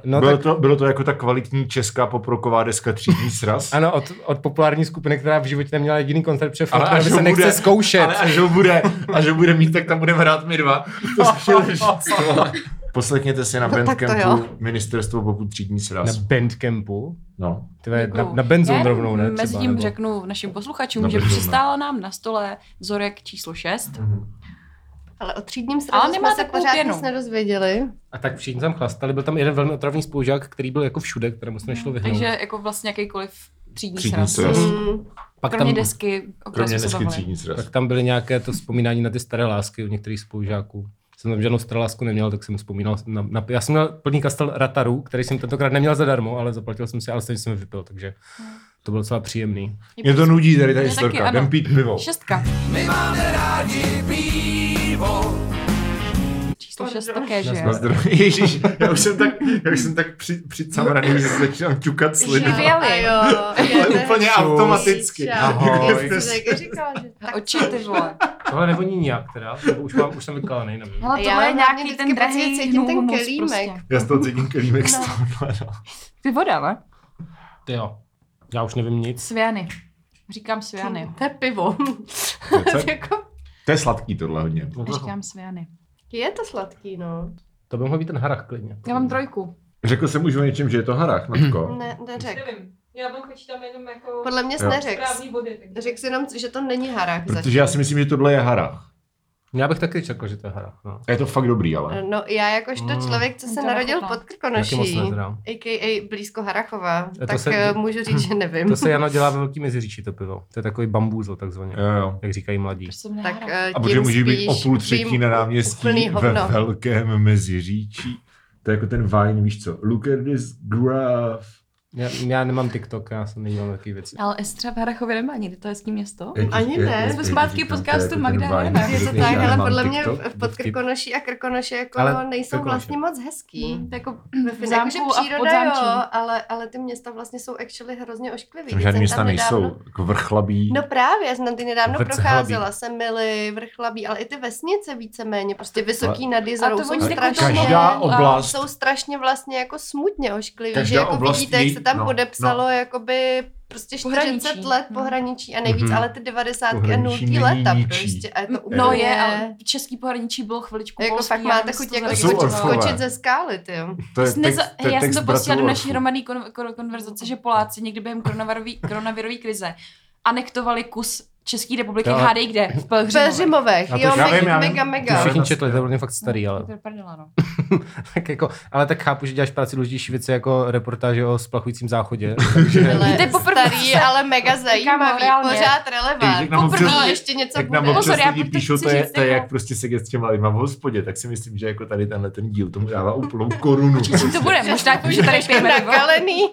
S4: no,
S6: bylo,
S4: tak,
S6: to, bylo to jako ta kvalitní česká poproková deska třídní sraz?
S4: ano, od, od, populární skupiny, která v životě neměla jediný koncert, protože ale
S6: ho
S4: se nechce
S6: bude-
S4: zkoušet.
S6: Ale až ho bude, až ho bude mít, tak tam budeme hrát my dva. To skvěle říct, vole. Poslechněte si na
S3: No, tak to jo.
S6: Bandcampu Ministerstvo poput třídní
S4: Na
S6: sraz.
S4: Bandcampu.
S6: No.
S4: Tvé,
S2: Děkuju.
S4: na, na benzón
S2: Já
S4: rovnou, ne?
S2: Jako Mezi
S4: třeba,
S2: tím
S4: nebo-
S2: řeknu našim posluchačům,
S6: Na
S2: že
S6: benzón, ne.
S2: přistálo nám na stole vzorek číslo 6.
S3: Ale o třídním
S2: Ale
S3: srazu jsme
S2: nemá
S3: se
S2: takovou
S3: pořád
S2: pěnu.
S3: nic nedozvěděli.
S4: A tak všichni tam chlastali, byl tam jeden velmi otravný spolužák, který byl jako všude, kterému se nešlo vyhnout.
S2: Takže jako vlastně jakýkoliv třídní
S6: Třídní
S2: sraz.
S6: sraz.
S3: Mm.
S4: pak,
S2: Kromě
S4: tam,
S2: desky, o které
S6: Kromě
S2: jsme se
S6: dnesky
S2: bavili.
S6: třídní sraz.
S4: pak tam byly nějaké to vzpomínání na ty staré lásky u některých spolužáků. Jsem tam žádnou starou lásku neměl, tak jsem vzpomínal. Na, na, já jsem měl plný kastel Rataru, který jsem tentokrát neměl zadarmo, ale zaplatil jsem si, ale stejně jsem je vypil, takže
S2: Mm.
S4: to bylo docela příjemný.
S6: Mě to no. nudí tady ta
S2: Mě
S6: historka.
S2: taky, ano.
S6: Jdem pít pivo.
S2: Šestka. Číslo šest také, že
S6: Na
S2: jo?
S6: zdraví. Ježíš, já už jsem tak, já už jsem tak při, přicamraný, že začínám ťukat slidu.
S2: Živě. Skvělý.
S3: A jo,
S6: Ale úplně automaticky.
S4: Ahoj.
S3: Ahoj. Já jsem taky říkala, že tak
S2: Oči, ty vole.
S4: Tohle nevoní nijak teda, nebo už, mám, už jsem vykalený, nevím.
S2: Hele,
S3: Já
S2: tohle je
S3: hlavně
S2: nějaký
S3: vždycky
S2: ten
S3: pocit,
S2: drahý
S3: cítím ten
S2: hnus
S3: kelímek.
S2: Prostě.
S6: Já z toho cítím kelímek z
S3: No.
S6: toho.
S2: Ty voda, ne?
S4: Ty jo, já už nevím nic.
S2: Sviany. Říkám sviany.
S3: to je pivo. jako,
S6: To je sladký tohle hodně.
S2: Říkám sviany.
S3: je to sladký, no.
S4: To by mohl být ten harach klidně.
S2: Já mám trojku.
S6: Řekl jsem už o něčem, že je to harach, Natko.
S3: Ne, neřek.
S5: Nevím. Já vám počítám jenom jako
S3: Podle mě jsi
S6: Jo.
S3: neřekl.
S5: správný body. takže-
S3: Řekl jsi jenom, že to není harák
S6: Protože já si myslím, že tohle je harach.
S4: Já bych taky čekal, že to je harach. No.
S6: A je to fakt dobrý, ale.
S3: No já jakožto
S4: Mm.
S3: člověk, co
S2: Jsem
S3: se
S2: to
S3: narodil
S2: nechutná.
S3: pod
S4: Taky moc
S3: Krkonoší,
S4: nezrám.
S3: a.k.a. blízko Harachova,
S4: to
S3: tak
S4: se- hm,
S3: eh, můžu říct, že nevím.
S4: To se Jano dělá ve velký meziříčí to pivo. To je takový bambúzl takzvaně,
S6: Jo, jo.
S4: jak říkají mladí.
S2: Proč jsem
S3: Tak
S2: nehrála?
S6: A
S3: eh, tím
S6: protože může být o
S3: spíš
S6: půl třetí
S3: vím
S6: na náměstí
S3: úplný
S6: ve
S3: hovno.
S6: velkém meziříčí. To je jako ten Vine, víš co? Look at this graph.
S4: Já, já nemám TikTok, já jsem nedělal takový věci.
S3: eh,
S2: Ale Estra v Harachově nemá nikdy to hezký město.
S6: Jak-
S3: Mm, Ani
S6: jak-
S3: ne.
S6: jak-
S2: Jsme
S6: jak
S2: zpátky
S6: říkám,
S2: u
S6: to je
S2: podcastu
S6: jako ten
S2: Magdalena.
S6: Vine,
S2: Je to
S6: protože
S3: Tak,
S6: já
S3: hele,
S6: mám
S3: podle mě
S6: TikTok.
S3: v- pod Krkonoší a Krkonoše jako
S4: Ale
S3: nejsou
S4: Krkonoše. Mm.
S3: vlastně moc hezký.
S2: To je jako v
S3: Jako, že
S2: zámku a v
S3: příroda jo,
S2: podzámčí.
S3: ale, ale ty města vlastně jsou actually hrozně ošklivý.
S6: Tam
S3: Teď
S6: žádný
S3: jsem
S6: města
S3: tam nedávno-
S6: nejsou. Jako vrchlabí.
S3: No právě, já jsem tam ty nedávno
S4: Vrchlabí.
S3: procházela, Semily, Vrchlabí, ale i ty vesnice víceméně, prostě Vysoký nad
S2: A
S3: Jizerou
S2: to
S3: jsou
S2: oni
S6: A
S2: takovou
S3: strašně...
S2: tomu-
S6: Každá oblast
S3: Jsou strašně vlastně jako smutně ošklivý,
S6: Každá
S3: že jako
S6: oblast
S3: vidíte, jak
S6: její-
S3: se tam
S6: no,
S3: podepsalo jakoby prostě 40
S2: Pohraničí.
S3: let
S2: Mm.
S3: pohraničí a nejvíc,
S6: Mhm.
S3: ale ty 90 a
S6: Pohraničí
S3: 0
S6: není
S3: leta
S6: ničí.
S3: prostě. A je to úplně...
S2: No je, ale český pohraničí bylo chviličku
S3: Jako
S2: polský,
S3: fakt
S2: já
S3: máte
S2: nevím,
S3: chuť
S2: jestli to
S3: jako
S6: jsou
S2: tak-
S3: skočit,
S6: orfové.
S3: skočit ze skály, ty jo.
S6: To je
S2: Jsi neza-
S6: text, to
S2: Hej,
S6: je
S2: já jsem
S6: text
S2: to posílala do
S6: bratrů
S2: naší
S6: Orfů.
S2: hromadné kon- kon- konverzace, že Poláci někdy během koronavirový- koronavirové krize anektovali kus České republiky,
S4: Jo.
S2: hádej kde, v Pelhřimově.
S3: Pelřimovech,
S4: A to
S3: jo,
S4: já
S6: vím, já
S3: mega,
S6: vím.
S3: mega,
S4: To
S3: mega.
S4: všichni četli, to byl fakt starý, ale,
S2: To je prdela, no.
S4: tak jako, ale tak chápu, že děláš práci důležitější věci jako reportáže o splachujícím záchodě. Takže,
S3: Ale
S2: Víte, poprvé no,
S3: starý, ale mega zajímavý,
S2: reálně.
S3: pořád
S6: Ej,
S3: relevant.
S6: jak nám
S3: Poprvé
S6: občas-
S3: ještě něco
S6: Jak nám
S3: bude.
S6: občas
S2: Pozor, já
S6: lidi
S2: proto
S6: píšou,
S2: chci
S6: to je,
S2: říct,
S6: to je
S2: jako-
S6: jak prostě se s těma lidma v hospodě, tak si myslím, že jako tady tenhle ten díl tomu dává úplnou korunu.
S2: Čím to bude? Možná tím, že tady pijeme pivo.
S3: nakalený.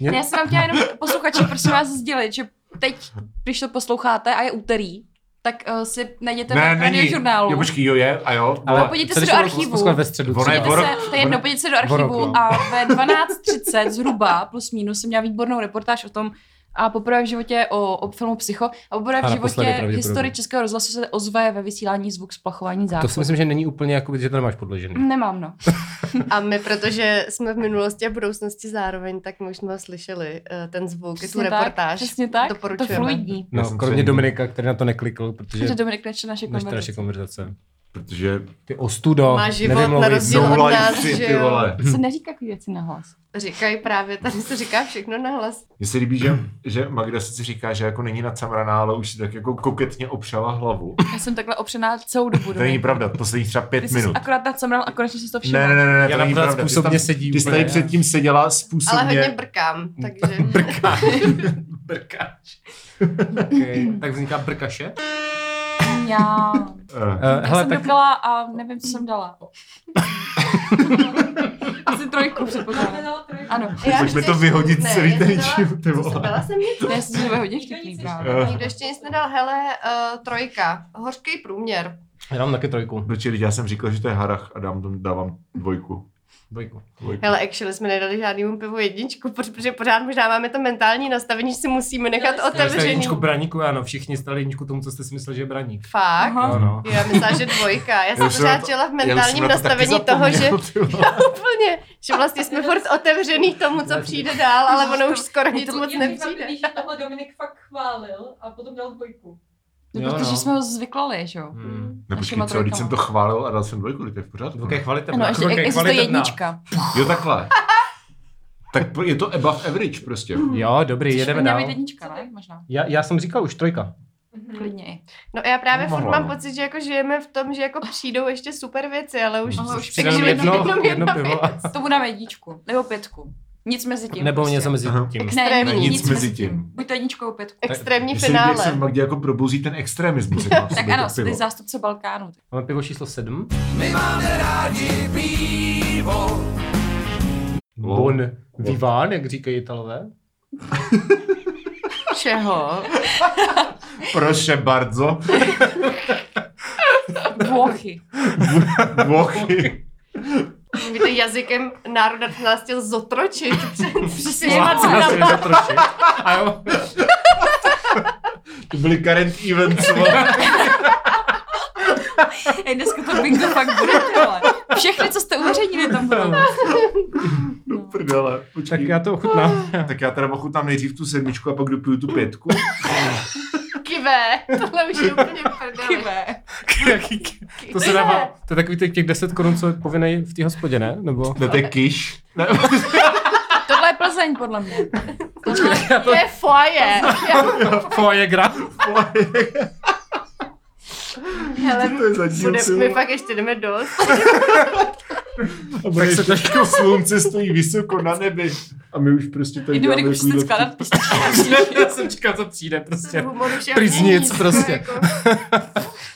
S2: Ne, Já jsem vám chtěla jenom posluchači, prosím vás sdělit, že teď, když to posloucháte a je úterý, tak uh, si najděte
S6: Ne,
S2: ne,
S6: není.
S2: na žurnálu.
S6: Jo, počkej, jo, je, a jo.
S2: Ale
S6: Ale
S2: podívejte
S4: co
S2: se
S4: když
S2: do
S4: to
S2: archivu.
S4: poslouchat ve středu.
S6: Ono je
S4: třeba?
S6: o rok-
S2: se, to je jedno,
S6: ono-
S2: podívejte se do
S4: o roku,
S2: archivu
S4: no.
S2: a ve 12.30 zhruba plus minus jsem měla výbornou reportáž o tom, A poprvé v životě o, o filmu Psycho a poprvé
S4: A
S2: v
S4: naposledy
S2: životě v
S4: pravděpodobně.
S2: historii Českého rozhlasu se ozve ve vysílání zvuk splachování
S4: To
S2: záchod.
S4: si myslím, že není úplně, jakoby, že to nemáš podložený.
S2: Nemám, no.
S3: A my, protože jsme v minulosti a budoucnosti zároveň, tak my už jsme ho slyšeli, eh, ten zvuk, i tu
S2: tak,
S3: reportáž.
S2: Přesně tak, to
S3: Doporučujeme.
S2: fluidní.
S6: Já
S4: No,
S6: jsem
S4: kromě
S6: to-
S4: Dominika, který na to neklikl,
S2: Že
S4: protože
S2: Dominik nečte naše
S4: než naše
S2: konverzace.
S4: konverzace.
S6: Protože
S4: Ty ostudo,
S3: Má život na rozdíl
S6: no
S3: od
S6: life,
S3: nás,
S6: ty,
S3: že
S6: ty
S3: jo.
S6: vole.
S2: Se neříká takový věci na hlas.
S3: Říkají právě, tady se říká všechno nahlas.
S6: Mně se líbí, že, že Magda si říká, že jako není nacamraná, ale už si tak jako koketně opřela hlavu.
S2: Já jsem takhle opřená celou dobu.
S6: To není
S2: Dominik.
S6: pravda, posledních třeba
S2: Ty
S6: pět
S2: jsi
S6: minut.
S2: akorát tak semral a konečně jsi to všiml.
S6: Ne, ne, ne, ne, to
S4: Já
S6: není
S4: například
S6: pravda. Ty jsi
S4: způsobně
S6: tam-
S4: sedím
S6: Ty jsi
S4: úplně,
S6: tady
S4: já.
S6: předtím seděla
S3: Ale hodně
S6: způsobně.
S3: brkám, takže...
S4: brkáš. brkáš. okay. Tak vzniká brkaše.
S2: Já,
S6: Eh,
S4: Uh,
S2: já
S4: hele,
S2: jsem
S4: tak
S2: dopila a nevím, co jsem dala. Asi trojku předpokládám.
S5: Znamenala trojku.
S2: Ano.
S3: Já
S6: Pojďme
S3: ještě-
S6: to vyhodit
S3: ne,
S6: celý
S3: já jsem
S6: ten
S3: dala-
S6: díl, ty vole.
S3: Byla jsem něco.
S2: Já jsem si hodně vtipný právě.
S6: Eh,
S3: Nikdo ještě nic nedal. Hele, uh, trojka. Hořký průměr.
S4: já dám taky trojku.
S6: Proč, teď já jsem říkal, že to je harach a dám, tomu- dávám dvojku.
S4: Dvojku.
S6: dvojku.
S3: Hele, actually jsme nedali žádnému pivu jedničku, proč- protože pořád možná máme to mentální nastavení, že si musíme nechat
S5: Dali jste
S4: Jste
S3: otevřený.
S4: jedničku braníku, ano, všichni stali jedničku tomu, co jste si mysleli, že je braník.
S3: Fakt?
S2: Aha.
S4: Jo, no.
S3: Jo, já myslela, že dvojka. Já jsem
S6: už jsem na
S3: pořád
S6: to-
S3: žila v
S6: Já už jsem
S3: mentálním
S6: na to taky
S3: nastavení toho, že
S6: zapomněl, ty vole.
S3: úplně, že vlastně jsme furt otevřený tomu, co přijde dál, ale ono už skoro nic moc
S5: je
S3: nepřijde.
S5: že tohle Dominik fakt chválil a potom dal dvojku.
S2: No,
S4: Jo,
S2: protože
S4: no.
S2: jsme ho zvyklali, že jo.
S4: Hmm.
S6: No
S2: Naše
S6: počkej, co, když
S2: matrika.
S6: jsem to chválil a dal jsem dvojku, teď je v pořádku.
S4: Dvojka je kvalitebná.
S2: Ano, ještě
S4: Dvojka je
S2: existuje
S4: kvalitebná.
S2: jednička.
S6: Jo, takhle. tak pro- je to above average prostě.
S4: Jo, dobrý,
S2: Což by
S4: jedeme
S2: měla
S4: dál.
S2: být jednička, ne? Možná.
S4: Já, já jsem říkal už trojka.
S5: Mhm.
S2: Klidně i.
S3: No a já právě
S6: No,
S3: furt
S6: mohla,
S3: mám
S6: no.
S3: pocit, že jako žijeme v tom, že jako přijdou ještě super věci, ale už...
S2: Ale No, už
S4: Přidám
S2: Takže
S4: jedno,
S2: jenom-
S4: jedno,
S3: jedna
S4: pivo. A...
S2: To mu dáme jedničku. Nebo pětku. Nic mezi tím.
S4: Nebo
S2: prostě.
S4: něco mezi
S6: Aha.
S4: tím.
S2: Ne,
S3: Extrémní.
S2: nic,
S6: Nic
S2: mezi,
S6: mezi
S2: tím.
S6: tím.
S2: Buď to jedničkou, pětku.
S3: Extrémní
S6: Mně se líbí, Jak
S3: finále.
S6: se Magdě jako probouzí ten extremismus. jak má v
S2: Tak
S6: sobě
S2: ano,
S6: to
S2: jsi
S6: pivo.
S2: zástupce Balkánu.
S4: Máme pivo číslo sedm.
S6: Wow.
S4: My máme rádi pivo. Bon viván, jak říkají Italové.
S3: Čeho?
S6: Proše bardzo.
S2: Blochy.
S6: Bochy.
S3: Víte, jazykem národa nás chtěl zotročit. Přesně.
S2: Wow.
S3: co nám-
S4: Já troši. A jo.
S6: To byly current events. vole.
S2: Ej, dneska to bingo fakt bude, ale všechny, co jste uveřejnili, tam budou.
S6: Do prdele.
S4: Tak
S6: Počkej.
S4: já to ochutnám.
S6: Tak já teda ochutnám nejdřív tu sedmičku a pak dopiju tu pětku.
S3: Kivé. Tohle už je úplně v prdeli.
S2: Chyvé.
S4: Jaký- to se dává, to je takový těch těch 10 korun, co je povinnej v té hospodě, ne? Nebo...
S6: No to je kiš. Ne,
S2: Tohle je Plzeň, podle mě.
S3: To je foje.
S4: Foie gras.
S6: vole,
S3: Hele,
S6: to je zatím
S3: bude,
S6: ty
S3: my
S6: vole.
S3: fakt ještě jdeme dost.
S6: Tak se trošku slunce stojí vysoko na nebi. A my už prostě tady
S2: Jdu Dominik už
S6: takovýhle
S2: chce skládat písničky.
S4: Já jsem čekal, co přijde prostě.
S3: Humor už je
S4: Pryč
S3: není,
S4: nic
S3: to
S4: prostě.
S3: Jako,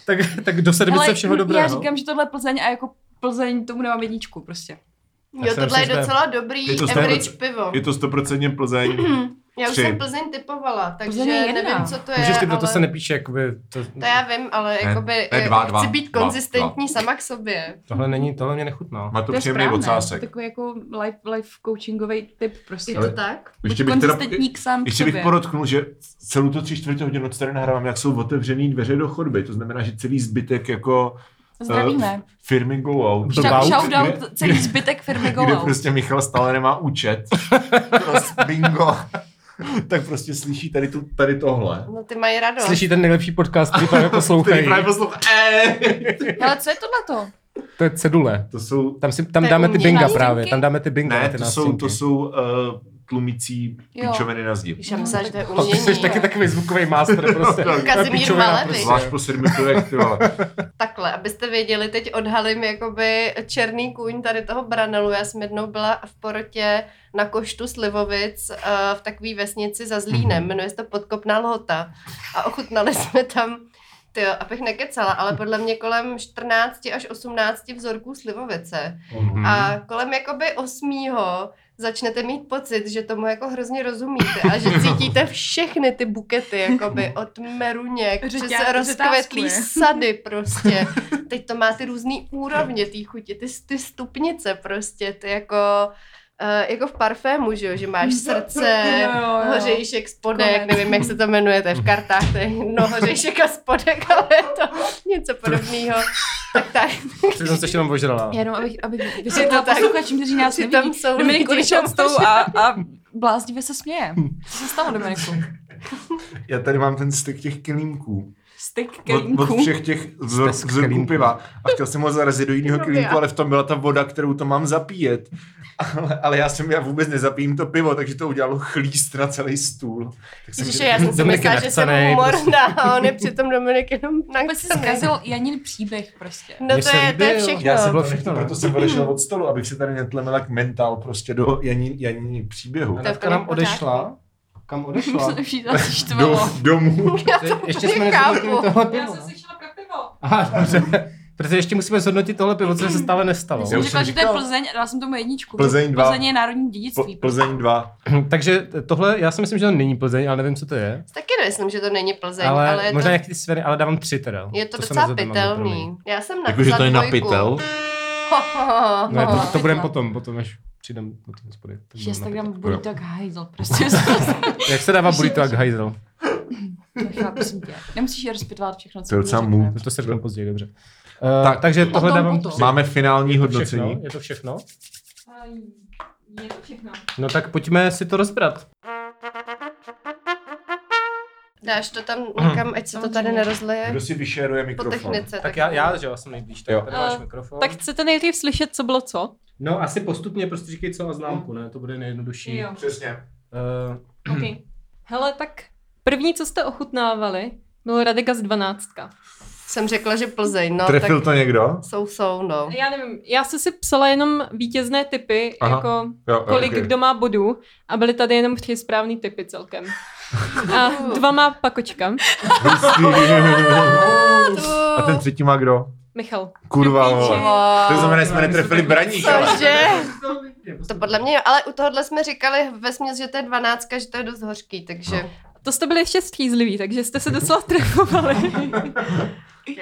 S4: Tak, tak do sedmice
S2: Hele,
S4: všeho dobrého.
S2: Já říkám, že tohle je Plzeň a jako Plzeň tomu nemám jedničku prostě.
S3: jo,
S4: se
S3: tohle je
S4: myslím, že-
S3: docela dobrý
S6: Je to stále
S3: average
S6: docela-
S3: pivo.
S6: Je to stoprocentně Plzeň.
S3: Já už
S6: tři.
S3: jsem Plzeň typovala, takže
S2: Plzeň je jedna.
S3: nevím, co to je,
S4: Můžeš ty,
S3: ale...
S4: to se nepíše, jakoby, to,
S3: To já vím, ale jakoby
S6: to je dva,
S3: eh,
S6: dva,
S3: chci být
S6: dva,
S3: konzistentní sama k sobě.
S4: tohle není, tohle mě nechutná.
S6: Má to,
S2: To je
S6: příjemný
S2: správné.
S6: ocásek.
S2: Takový jako life, life coachingový tip prostě.
S3: Je
S6: Ale-
S3: to tak?
S6: Ještě
S2: Buď
S6: bych, teda,
S2: konzistentní k sám k
S6: ještě bych
S2: sobě.
S6: podotknul, že celou tu tři čtvrtě hodinu, co tady nahrávám, jak jsou otevřený dveře do chodby. To znamená, že celý zbytek jako
S2: Zdravíme.
S6: eh, firmy Go Out.
S4: Shout-
S6: kde-
S2: Shoutout celý
S6: kde-
S2: zbytek firmy Go
S6: Kde
S2: Out.
S6: prostě Michal stále nemá účet. prostě bingo. tak prostě slyší tady, tu, tady tohle.
S3: No ty mají radost.
S4: Slyší ten nejlepší podcast, který právě
S6: Tady
S4: poslouchají.
S6: právě poslouchá. Eh!
S2: Ale co je tohleto?
S4: To je cedule.
S6: To jsou,
S4: Tam, si, tam
S3: To je
S4: dáme
S3: u
S4: ty
S3: mě
S4: binga
S3: nástěnky?
S4: právě, tam dáme ty binga. na
S6: ne,
S4: ty
S6: to jsou, to
S4: nástěnky.
S6: jsou uh, tlumící
S2: Jo.
S6: píčoviny na zdi.
S3: Když já myslela, že to je
S4: Oh, ty jsi
S3: umění.
S4: taky takový zvukový master prostě.
S6: No, tak.
S4: To je
S3: Kazimír
S4: pičovina
S3: Malevich.
S4: prostě.
S6: Zvlášť po sedmi pivech, ty vole.
S3: Takhle, abyste věděli, teď odhalím jakoby černý kůň tady toho branelu. Já jsem jednou byla v porotě na koštu Slivovic eh, v takové vesnici za Zlínem, jmenuje se to Podkopná lhota. A ochutnali jsme tam, ty abych nekecala, ale podle mě kolem 14 až 18 vzorků Slivovice.
S4: Mhm.
S3: A kolem jakoby osmýho začnete mít pocit, že tomu jako hrozně rozumíte a že cítíte všechny ty bukety, jakoby od meruněk,
S2: Řetě-
S3: přes rozkvetlý
S2: řetázkuje.
S3: sady prostě. Teď to má ty různý úrovně té chuti, ty, ty stupnice prostě, ty jako eh, jako v parfému, že jo, že máš srdce,
S2: Jo, jo, jo.
S3: hořejšek, spodek,
S2: Konec.
S3: nevím, jak se to jmenuje, to je v kartách, to je jedno, hořejšek a spodek, ale je to něco podobného. Tak tak,
S4: Ty jsem se ještě jenom ožrala.
S2: Jenom abych, abych
S3: to
S2: vysvětlila
S3: tak-
S2: posluchačům, kteří nás
S3: že
S2: nevidí.
S3: tam jsou lidi,
S2: Dominik
S3: kteří
S2: odešel s
S3: tam
S2: tou a, a bláznivě se směje. Co se stalo, Dominiku?
S6: Já tady mám ten styk těch kelímků.
S2: Styk
S6: Od, od
S2: kelímku.
S6: všech těch vzor,
S4: Stesk
S6: vzorků
S4: kelímku.
S6: piva. A chtěl jsem ho zarazit do jiného
S3: Pivo
S6: kelímku,
S3: piva.
S6: ale v tom byla ta voda, kterou to mám zapíjet. Ale, ale já jsem, já vůbec nezapijím to pivo, takže to udělalo chlíst na celý stůl. Tak jsem
S3: Ježiši,
S6: říkal,
S3: já jsem si
S4: Dominik je
S3: myslela,
S4: prostě.
S3: že jsem
S4: nadcenej,
S3: humorná a on je přitom Dominik jenom
S2: Vůbec si
S3: nakcenej.
S2: zkazil Janin příběh prostě.
S3: No
S4: Mně
S3: to
S4: se
S3: je, to je
S4: líbil.
S3: všechno.
S6: já jsem byl
S4: To
S6: všechno, no.
S4: ne.
S6: proto jsem odešel od stolu, abych se tady netlemil jak mentál prostě do Janí, Janí příběhu.
S3: je
S4: Natka
S3: úplně
S4: nám
S3: v
S4: odešla. Kam odešla?
S2: Musím přijít asi
S6: Do,
S2: štvalo.
S6: domů.
S4: Ještě jsme
S3: nechápu.
S4: nezhodnotili tohle
S5: Já
S4: pivo.
S5: jsem si šla pro pivo.
S4: Aha, dobře. Protože ještě musíme zhodnotit tohle pivo, co se stále nestalo.
S2: Já
S6: Já
S2: jsem
S6: už
S2: řekla,
S6: jsem
S2: že to je
S6: říkal.
S2: Plzeň a dala jsem tomu jedničku.
S6: Plzeň dva.
S2: Plzeň je národní
S6: Pl-
S2: dědictví.
S6: Plzeň 2.
S4: Hm, Takže tohle, já si myslím, že to není Plzeň, ale nevím, co to je.
S3: Taky myslím, že to není Plzeň,
S4: ale,
S3: ale je to,
S4: možná nějaký ty sféry, ale dávám tři teda.
S3: je to
S4: jsem
S3: docela
S4: rozhodl, mám
S3: pitelný. Já jsem napsala
S6: Jakože to je na
S3: dvojku.
S6: pytel.
S3: Ho, ho, ho,
S4: No,
S3: ho.
S4: to, to budeme potom, potom, až přijdem na ten spodek. tak budeme
S2: Že tak
S4: na
S2: dám
S4: pytel.
S2: burrito jak hajzl, prostě
S4: Jak se dává burrito jak hajzel?
S2: nechápu si tě. Nemusíš je rozpitovat všechno, co
S6: To je docela
S2: mi řekne.
S6: mu.
S4: To se řekne později, dobře. Uh,
S6: Tak.
S4: tak, takže
S2: Potom,
S4: tohle dávám
S2: potom.
S4: tři.
S6: Máme finální
S4: všechno,
S6: hodnocení.
S4: je to všechno.
S5: A Je to všechno.
S4: No tak pojďme si to rozbrat.
S3: Dáš to tam někam, ať se to tady nerozleje
S6: Kdo si vyšeruje
S3: po
S6: mikrofon?
S3: technice.
S4: Tak já, já že jo, jsem nejblíž, tak
S6: Jo.
S4: tady máš
S7: Eh,
S4: mikrofon.
S7: Tak chcete nejdřív slyšet, co bylo co?
S4: No asi postupně prostě říkej celou známku, ne? To bude nejjednodušší.
S5: Jo.
S6: Přesně.
S4: Eh,
S7: Okay. Hele, tak první, co jste ochutnávali, byl Radega z 12.
S3: Jsem řekla, že Plzeň, no
S6: Trefil
S3: tak
S6: to někdo?
S3: jsou, jsou, no.
S7: Já nevím, já jsem si psala jenom vítězné typy,
S6: Aha.
S7: Aha. jako
S6: Jo,
S7: kolik
S6: ok.
S7: okay. kdo má bodů a byly tady jenom tři správný typy celkem. A dva má pakočka.
S6: Hustý. A ten třetí má kdo?
S7: Michal.
S6: Kurva, vole. To
S3: Wow.
S6: znamená, že
S4: No,
S6: jsme netrefili braník. ale-
S3: Cože? To podle mě, jo, ale u tohohle jsme říkali ve že to je dvanáctka, že to je dost hořký, takže...
S6: No.
S7: To jste byli ještě střízliví, takže jste se docela trefovali.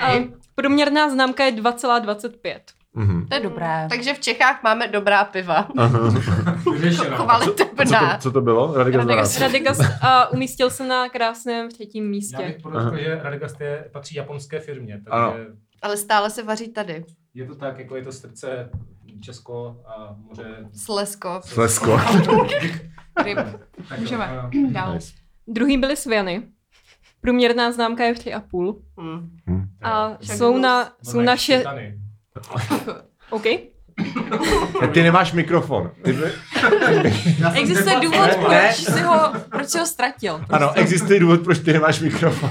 S7: A průměrná známka je 2,25.
S6: Mhm.
S2: To je dobré.
S3: Takže v Čechách máme dobrá piva.
S6: Aha. A co,
S3: Kvalitná.
S6: to, co to bylo? Radek
S7: Radega,
S6: Zvarás.
S7: Radegast a umístil se na krásném třetím
S4: Já bych
S7: místě.
S4: podotkl, že Radegast je, patří japonské firmě, takže
S6: Ano.
S3: Ale stále se vaří tady.
S4: je to tak, jako je to srdce Česko a moře.
S3: Slesko.
S6: Slesko.
S2: Ryb.
S4: Tak
S2: Můžeme.
S4: Jo,
S2: Dál.
S7: Druhý byly Sviany. Průměrná známka je 3,5.
S3: Hm.
S7: A jsou na, jsou naše... OK.
S6: Ne, Ty nemáš mikrofon. Ty...
S2: Existuje důvod, proč si ho, proč si ho ztratil.
S6: Ano, existuje důvod, proč ty nemáš mikrofon.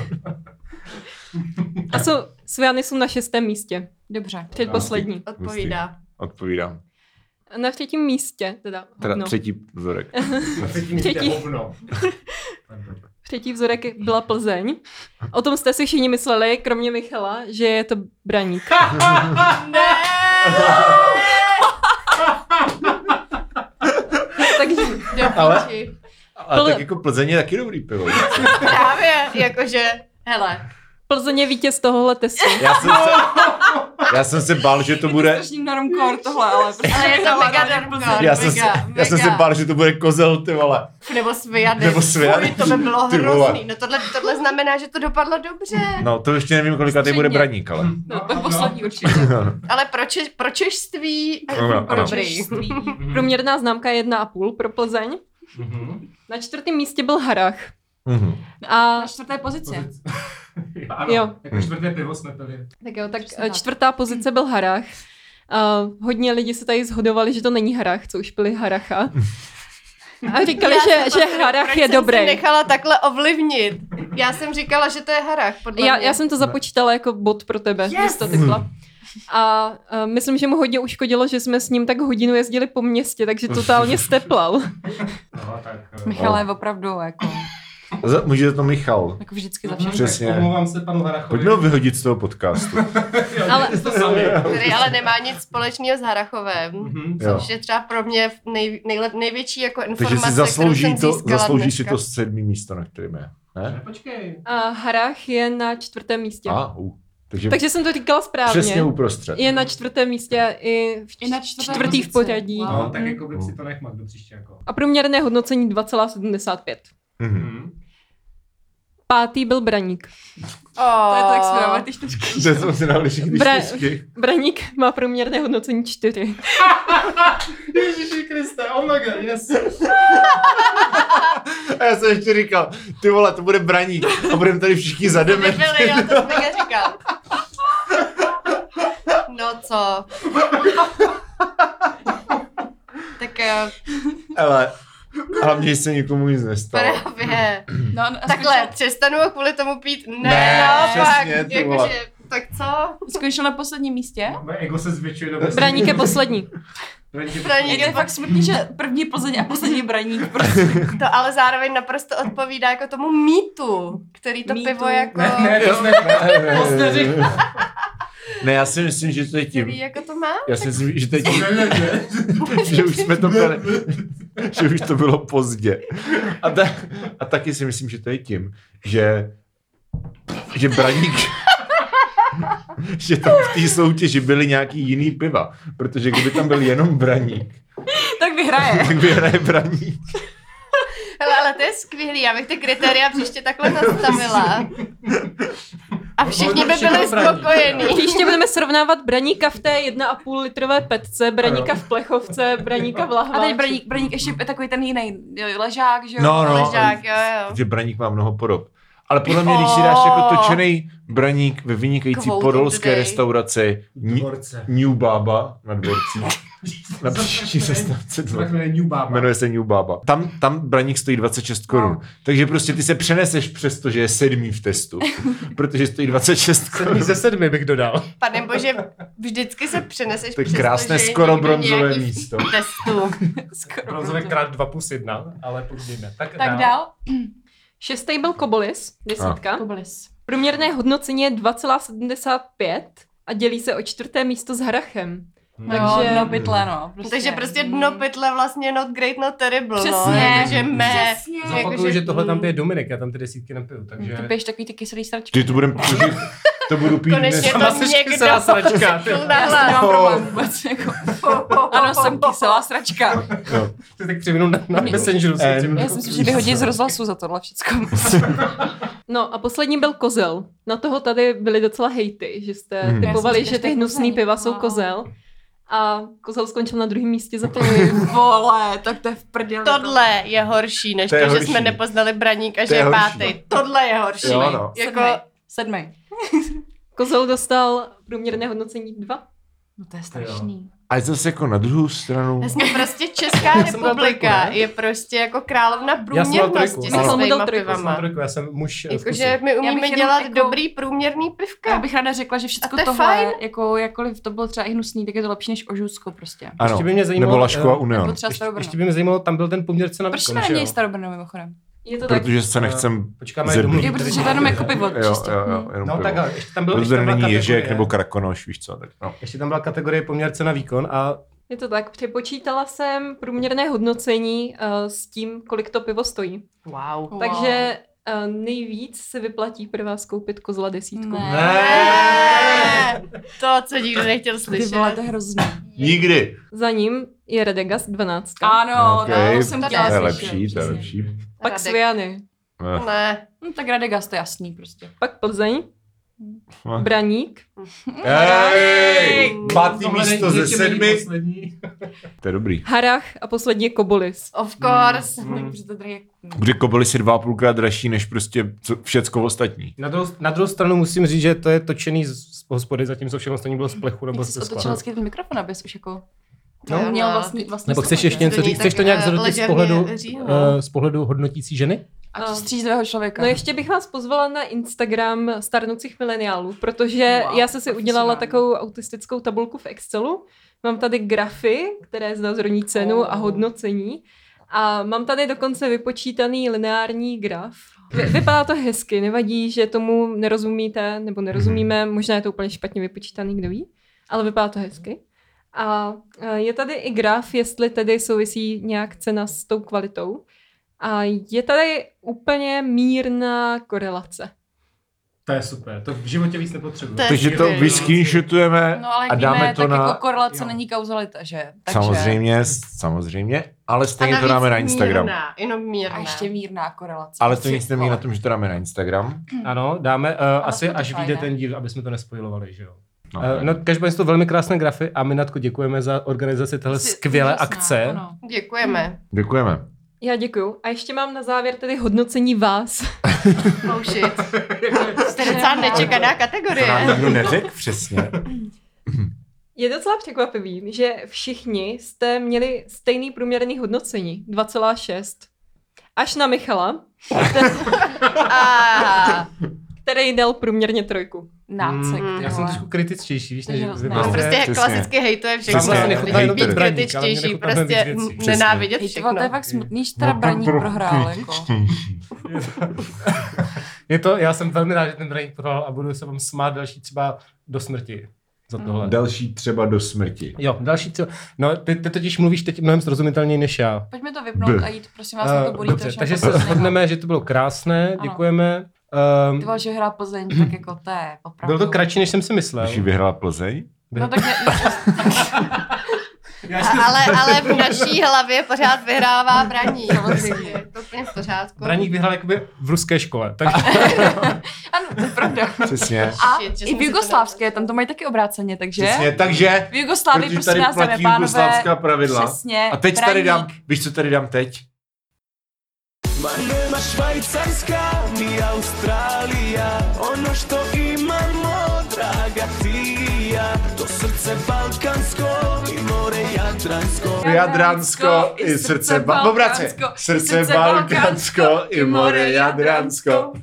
S7: A jsou, Sviany jsou na šestém místě.
S2: Dobře.
S7: Předposlední.
S3: Odpovídá.
S6: Odpovídám.
S7: Na třetím místě, teda.
S6: Teda
S7: no.
S6: třetí vzorek.
S7: Třetí. Třetí vzorek byla Plzeň. O tom jste si všichni mysleli, kromě Michala, že je to Braník.
S3: Takže
S6: Ale-
S3: do píči.
S6: Ale tak jako Plzeň je taky dobrý pivo.
S3: Právě, jakože, hele,
S7: Plzeň je vítěz tohohle testu.
S6: Já jsem se, já jsem se bál, že to bude...
S2: Strašný naromkor tohle, ale prostě.
S3: ale je to mega
S6: Já jsem, se, já jsem se bál, že to bude kozel, ty vole.
S3: Nebo sviadec.
S6: Nebo sviadec.
S3: Fuj, to by bylo
S6: Ty vole.
S3: hrozný. No tohle, tohle znamená, že to dopadlo dobře.
S6: No, to ještě nevím, kolika tady bude
S2: Středně.
S6: braník, ale...
S4: Hm.
S2: No, to je poslední určitě.
S3: Ale pro, češ, pro češství
S6: Ano, ano.
S3: dobrý.
S4: Mhm.
S7: Průměrná známka je 1,5 pro Plzeň. Na čtvrtém místě byl Harach.
S6: Mhm.
S7: A
S2: Na čtvrté pozici.
S7: Jo.
S4: Jako čtvrté pivo jsme pili.
S7: tak jo, tak
S2: Přesně tak.
S7: čtvrtá pozice byl Harach. A hodně lidí se tady zhodovali, že to není Harach, co už pili Haracha. A říkali,
S3: Já jsem
S7: že,
S3: to
S7: že
S3: teda-
S7: Harach
S3: proč
S7: je
S3: jsem
S7: dobrý.
S3: Si nechala takhle ovlivnit. Já jsem říkala, že to je harach, podle
S7: Já,
S3: mě.
S7: já jsem to započítala jako bod pro tebe, yes! když to typla. A uh, myslím, že mu hodně uškodilo, že jsme s ním tak hodinu jezdili po městě, takže totálně steplal.
S4: No, tak, eh,
S2: Michal je opravdu jako,
S6: Za- Může za to Michal.
S2: jako vždycky za všechno.
S6: Přesně.
S4: no, Tak omlouvám se panu Harachovi.
S6: Pojďme ho vyhodit z toho podcastu.
S7: Ale
S4: to sami.
S3: Který ale nemá nic společného s harachovem.
S4: Mhm.
S6: Jo.
S3: Což je třeba pro mě nej, nejlep, největší jako informace,
S6: Takže si zaslouží,
S3: kterou jsem
S6: to,
S3: získala
S6: zaslouží si
S3: dneska.
S6: to sedmý místo, na kterém je. Ne?
S4: Počkej.
S7: uh, Harach je na čtvrtém místě.
S6: A, u. Takže,
S7: Takže jsem to říkala správně.
S6: přesně uprostřed.
S7: Je na čtvrtém místě i v
S2: I na čtvrtém
S7: čtvrtý
S2: pozici.
S7: v pořadí.
S2: Wow.
S4: No, tak
S7: Mm.
S4: jako by si to nechmat do příště jako.
S7: A průměrné hodnocení 2,75.
S6: Mhm.
S4: Mm.
S7: Pátý byl Braník.
S2: To je to, jak jsme dávali ty čtyřky.
S6: To jsme si dali všichni
S7: Bra-
S6: čtyřky.
S7: Braník má průměrné hodnocení 4.
S4: Ježíši Kriste, oh my god, yes.
S6: A já jsem ještě říkal, ty vole, to bude braník. A budeme tady všichni za dement.
S3: Nebyli, No, já to jsem říkal. No co? tak eh,
S6: Ale hlavně, že se nikomu nic nestalo.
S3: právě.
S2: No, no, a
S3: Takhle,
S2: skončil-
S3: přestanu ho kvůli tomu pít? Ne,
S6: Ne,
S3: naopak.
S6: přesně, ty vole.
S3: Jakože, tak co?
S2: Skončil na posledním místě.
S4: Moje ego se zvětšuje do
S7: Braník je poslední.
S4: Braník je
S3: Braník
S2: Je to fakt smutný, že první Plzeň a poslední Braník. Prostě.
S3: To ale zároveň naprosto odpovídá jako tomu mýtu, který to
S2: Mýtu.
S3: pivo jako...
S4: Ne, ne, to jsme, ne, ne, to jste řekl.
S6: Ne, já si myslím, že to je tím.
S3: Který jako to má?
S6: Já si myslím, že to je tím,
S4: Ne, ne, ne.
S6: že už jsme to byli, že už to bylo pozdě. A, ta, a taky si myslím, že to je tím, že že Braník že tam v té soutěži byly nějaký jiný piva, protože kdyby tam byl jenom Braník,
S2: tak vyhraje.
S6: tak vyhraje Braník.
S3: Hele, ale to je skvělý, já bych ty kritéria příště takhle nastavila. A všichni by
S4: Všechno
S3: byli
S4: brání.
S3: spokojení.
S7: Příště budeme srovnávat Braníka v té 1,5 litrové petce, Braníka v plechovce, Braníka v
S2: A teď
S7: lahváči.
S2: Braník, Braník ještě je takový ten jiný jo, ležák, že jo?
S6: No, no,
S3: Ležák, jo, jo.
S6: že Braník má mnoho podob. Ale podle mě, když si dáš jako točený Braník ve vynikající
S3: Quote
S6: podolské
S3: of the day.
S6: restauraci Ni-
S4: Dvorce.
S6: New Baba na dvorcích, na příští sestavce
S4: To
S6: dvorce.
S4: tak jmenuje New Baba.
S6: Jmenuje se New Baba. Tam, tam braník stojí 26 korun. Takže prostě ty se přeneseš přes to, že je sedmý v testu. Protože stojí 26 korun.
S4: Sedmi ze sedmi bych dodal.
S3: Pane bože, vždycky se přeneseš
S6: To je
S3: přes
S6: krásné
S3: to, že je
S6: skoro
S3: někdo
S6: bronzové
S3: nějaký
S6: místo.
S3: v testu.
S2: Skoro.
S4: Bronzové krát 2 plus 1, ale pojďme. Tak,
S6: no.
S2: Tak dál.
S7: Šestý byl Kobolis, desítka.
S2: Kobolis.
S7: Průměrné hodnocení je 2,75 a dělí se o čtvrté místo s Hrachem.
S2: No,
S7: Takže-
S2: Takže... no pytle, no. Prostě.
S3: Takže prostě dno pytle vlastně not great, not terrible. No.
S2: Přesně.
S3: Jakože mé.
S2: Přesně.
S4: Zopakuju, že tohle tam pije Dominik, já tam ty desítky nepiju, takže...
S2: Ty piješ takový ty kyselý sračky.
S6: Ty to budem že to budu pít dnes.
S3: Konečně
S4: Sama
S3: to
S4: seš
S3: někdo
S4: kyselá sračka, ty.
S3: řekl
S2: Já s tím
S3: nahlas.
S2: nemám
S6: Oh.
S2: problém vůbec. Jako. Ano, jsem kyselá sračka.
S6: No.
S4: Ty tak tři minut na, na Messengeru.
S6: Eh,
S2: Já jsem si že vyhodí z rozhlasu za tohle všecko.
S7: No a poslední byl kozel. Na toho tady byly docela hejty, že jste
S6: Hmm.
S2: Já
S7: typovali,
S2: jsem si
S7: že ty
S2: říkala, že
S7: hnusný
S2: to je No.
S7: piva
S2: kozel.
S7: jsou kozel. A kozel skončil na druhém místě za to.
S2: Vole, tak to je v prdeli.
S3: Tohle je horší, než
S6: To
S3: to,
S6: je
S3: že
S6: horší.
S3: jsme nepoznali braník a že
S6: je
S3: je,
S6: horší.
S3: pátý. Tohle je horší.
S6: Jo, no.
S3: Jako,
S2: Sedmej. Sedmej.
S7: Kozel dostal průměrné hodnocení 2.
S2: No to je strašný.
S6: A zase jako na druhou stranu.
S3: Jasně, prostě Česká
S4: jsem dal
S3: republika
S4: trojku, ne?
S3: je prostě jako královna
S4: trojku,
S3: průměrnosti
S4: ale-
S3: se
S7: Já jsem mu
S3: svýma
S7: dal trojku,
S4: Já jsem na
S3: pivama.
S4: trojku, já jsem muž
S2: Jako,
S4: eh, vkusu.
S3: Jakože my
S2: bych
S3: umíme
S2: jenom
S3: dělat
S2: jako-
S3: dobrý průměrný
S2: Já
S3: pivka.
S2: bych ráda řekla, že všechno
S3: A to je
S2: tohle,
S3: fajn.
S2: jako jakkoliv to bylo třeba i hnusný, tak je to lepší než ožusko prostě.
S6: Ano,
S4: Ještě by mě zajímalo,
S6: nebo Laško a
S4: eh,
S2: Nebo
S6: Union.
S2: třeba
S4: Ještě,
S2: Starobrno.
S4: ještě by mě zajímalo, tam byl ten poměrce na
S2: Proč
S4: výkon,
S2: jsme
S4: že jo?
S2: neměli Starobrno mimochodem?
S7: Je to tak.
S6: Protože se nechcem
S4: Počkáme,
S6: Zebra.
S4: domluví.
S2: Jo, protože to je jenom jako pivo,
S6: jo,
S2: čistě.
S6: jo, jo, jenom
S4: No
S6: pivo.
S4: tak, ale ještě tam byl, ještě
S6: Protože
S4: tam byla
S6: není Ježek
S4: kategorie-
S6: nebo Krakonoš, víš co. Tak, no.
S4: Ještě tam byla kategorie poměrce na výkon a
S7: Je to tak. Přepočítala jsem průměrné hodnocení eh, s tím, kolik to pivo stojí.
S3: Wow.
S2: Wow.
S7: Takže eh, nejvíc se vyplatí pro vás koupit kozla desítku.
S2: Ne.
S3: Ne. To, co nikdo nechtěl
S2: Ty vole, to
S3: slyšet.
S2: je hrozný.
S6: Nikdy.
S7: Za ním je Radegast 12.
S2: Ano,
S6: Okej,
S2: no, to jsem
S3: to
S2: chtěla
S6: To je
S3: slyšel,
S6: lepší, to je
S2: přesně.
S6: lepší.
S7: pak
S3: Radek.
S7: Sviany,
S6: Eh,
S3: Ne.
S2: No, tak Radegast to je jasný prostě.
S7: pak Plzeň,
S6: Hm.
S7: Braník,
S6: Hej! Pátý
S4: Tohle
S6: místo
S4: není-
S6: ze
S4: ještě není
S6: sedmi.
S4: poslední.
S6: To je dobrý.
S7: Harach a poslední je Kobolis.
S3: Of course.
S4: Mm.
S2: Protože to tady je...
S6: Protože kobylis je dva a půlkrát dražší než prostě co- všecko ostatní.
S4: Na druhou, na druhou stranu musím říct, že to je točený z, z hospody, zatímco všechno stejně bylo z plechu nebo
S2: Jak
S4: ze
S2: jsi
S4: skla.
S2: otočil hezky ten mikrofon, abys už jako...
S3: No.
S2: No, měl vlastní, vlastní
S4: Nebo chceš
S2: slovo,
S4: ještě
S2: že?
S4: něco
S3: To není
S4: říct? Chceš
S3: tak,
S4: to nějak
S3: eh,
S4: zhodnotit z
S3: ležerně
S4: pohledu,
S3: říct,
S4: eh,
S3: no.
S4: z pohledu hodnotící ženy?
S2: A střízlivého člověka.
S7: No ještě bych vás pozvala na Instagram starnoucích mileniálů, protože
S2: Wow,
S7: wow, já jsem si udělala
S2: profesionální.
S7: takovou autistickou tabulku v Excelu. Mám tady grafy, které znázorní cenu
S2: Oh.
S7: a hodnocení. A mám tady dokonce vypočítaný lineární graf. Vy- Vypadá to hezky, nevadí, že tomu nerozumíte nebo nerozumíme, možná je to úplně špatně vypočítaný, kdo ví, ale vypadá to hezky. A eh, je tady i graf, jestli tedy souvisí nějak cena s tou kvalitou. A je tady úplně mírná korelace.
S4: To je super, to v životě víc nepotřebuji.
S3: To je
S6: Takže to
S3: skvělý.
S6: vyskinšutujeme
S2: No ale
S6: a dáme
S2: víme,
S6: to
S2: tak
S6: na...
S2: jako korelace
S4: jo.
S2: není kauzalita, že? Takže...
S6: Samozřejmě, samozřejmě, ale
S3: A
S6: stejně
S3: navíc
S6: to dáme na Instagram.
S3: Mírná, jenom mírná.
S2: A ještě mírná korelace.
S6: Ale to nic
S2: Ty
S6: nemění na
S2: vole.
S6: tom, že to dáme na Instagram.
S4: Ano, dáme uh, asi
S2: jsme to
S4: až
S2: fajn,
S4: vyjde
S2: ne?
S4: ten díl, aby jsme to nespojovali, že jo.
S6: No,
S4: Eh,
S6: tak.
S4: No, každopádně jsou to velmi krásné grafy a my Natko děkujeme za organizaci téhle
S2: Jsi-
S4: skvělé
S2: úžasná,
S4: akce.
S2: ano.
S3: Děkujeme.
S2: Mm.
S6: Děkujeme.
S7: Já děkuju. A ještě mám na závěr tedy hodnocení vás.
S3: Oh shit.
S4: Mm,
S3: Jste docela nečekaná kategorie.
S6: To nám nikdo neřekl přesně.
S7: Je docela překvapivý, že všichni jste měli stejný průměrný hodnocení, 2,6. Až na Michala,
S3: A,
S7: který dal průměrně trojku.
S2: Nácek,
S3: Mm,
S2: ty
S4: Já jsem
S2: vole.
S4: trošku kritičtivější, víš, než
S2: Takže
S4: vy
S2: no.
S3: no,
S4: máte-
S3: prostě
S6: přesně.
S3: klasicky hejtuje všechno.
S6: Přesně,
S3: Nechutná jenom být
S6: hejter.
S4: Braník, ale
S3: kritičtější,
S4: mě nechutná
S3: prostě
S4: být věcí.
S3: m- nenávidět
S2: Hej, ty vole, to je
S3: všechno.
S2: fakt smutný, že teda Braník prohrál, jako.
S4: Je to, já jsem velmi rád, že ten Brain prohrál a budu se vám smát další třeba do smrti
S2: Mm.
S4: za tohle.
S6: Další třeba do smrti.
S4: Jo, další co? No, ty, ty totiž mluvíš teď mnohem srozumitelněji než já.
S2: Pojďme to vypnout
S6: B.
S2: a jít, prosím vás, na Vlastně to
S4: Eh,
S2: bolí.
S4: Dobře, takže se shodneme, že to bylo krásné,
S2: Ano.
S4: děkujeme. Um,
S2: Ty vole, že hrál Plzeň, tak jako to je opravdu.
S4: bylo to kratší, než jsem si myslel.
S6: Když ji vyhrála Plzeň?
S2: No tak ne,
S3: A- Ale, ale v naší hlavě pořád vyhrává braní. Samozřejmě, je to úplně v pořádku.
S4: Braník vyhrál jakoby v ruské škole, tak
S2: ano, to je pravda.
S6: Přesně.
S2: A
S3: Shit, že
S2: i v
S3: jsem si to prostě.
S2: Jugoslávské, tam to mají taky obráceně, takže...
S6: Přesně. Takže,
S2: V Jugoslávii,
S6: protože
S2: prosím
S6: tady
S2: vás, dámy
S6: platí
S2: pánové,
S6: jugoslávská pravidla.
S2: přesně,
S6: A teď tady dám,
S2: Braník.
S6: víš, co tady dám teď?
S8: Marlena švajcarska ni Australija Ono što imamo, draga ti i ja To srce balkansko i more jadransko
S6: Jadransko i srdce ba- obrace. Srdce balkansko i more jadransko.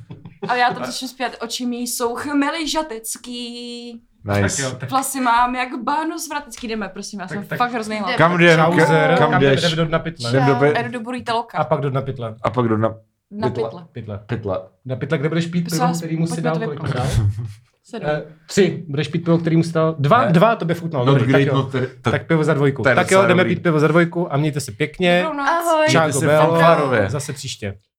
S2: A já tam začnu zpívat, oči mý jsou chmely žatecký,
S4: tak
S6: Nice.
S4: jo, tak
S2: vlasy mám jak bánu zvratecký. Jdeme, prosím, já jsem
S4: Tak, tak.
S2: fakt hrozný hlad.
S6: Kam jdem?
S4: Kauzer,
S6: Kam
S4: kam
S6: jdeš?
S4: jdeme do dna pytle.
S6: Jdem do
S2: A
S6: pe-
S2: jdu do burita loka,
S4: A pak do dna pytle.
S6: a pak jdu na
S2: na
S6: pytle.
S2: pytle.
S4: pytle.
S6: pytla.
S4: Na pytle, kde budeš pít
S2: Prosím
S4: pivo,
S2: vás,
S4: který mu si
S2: pojďme
S4: dal,
S2: to
S4: kolik mu
S2: vypnout.
S4: dal?
S2: Sedm.
S4: Eh, Tři, budeš pít pivo, který mu si dal. Dva,
S6: Ne.
S4: dva tobě futnal.
S6: Not
S4: No, Dobrý, tak
S6: great,
S4: jo.
S6: not ter- tak
S4: Tak pivo za dvojku.
S6: To je
S4: Tak jo,
S6: docela
S4: jdeme
S6: dobrý. Eh.
S4: pít pivo za dvojku a mějte se pěkně.
S2: Dobrou noc.
S3: Ahoj.
S6: Mějte
S4: Čágo
S6: se
S4: Belo,
S6: fanfárově.
S4: zase příště.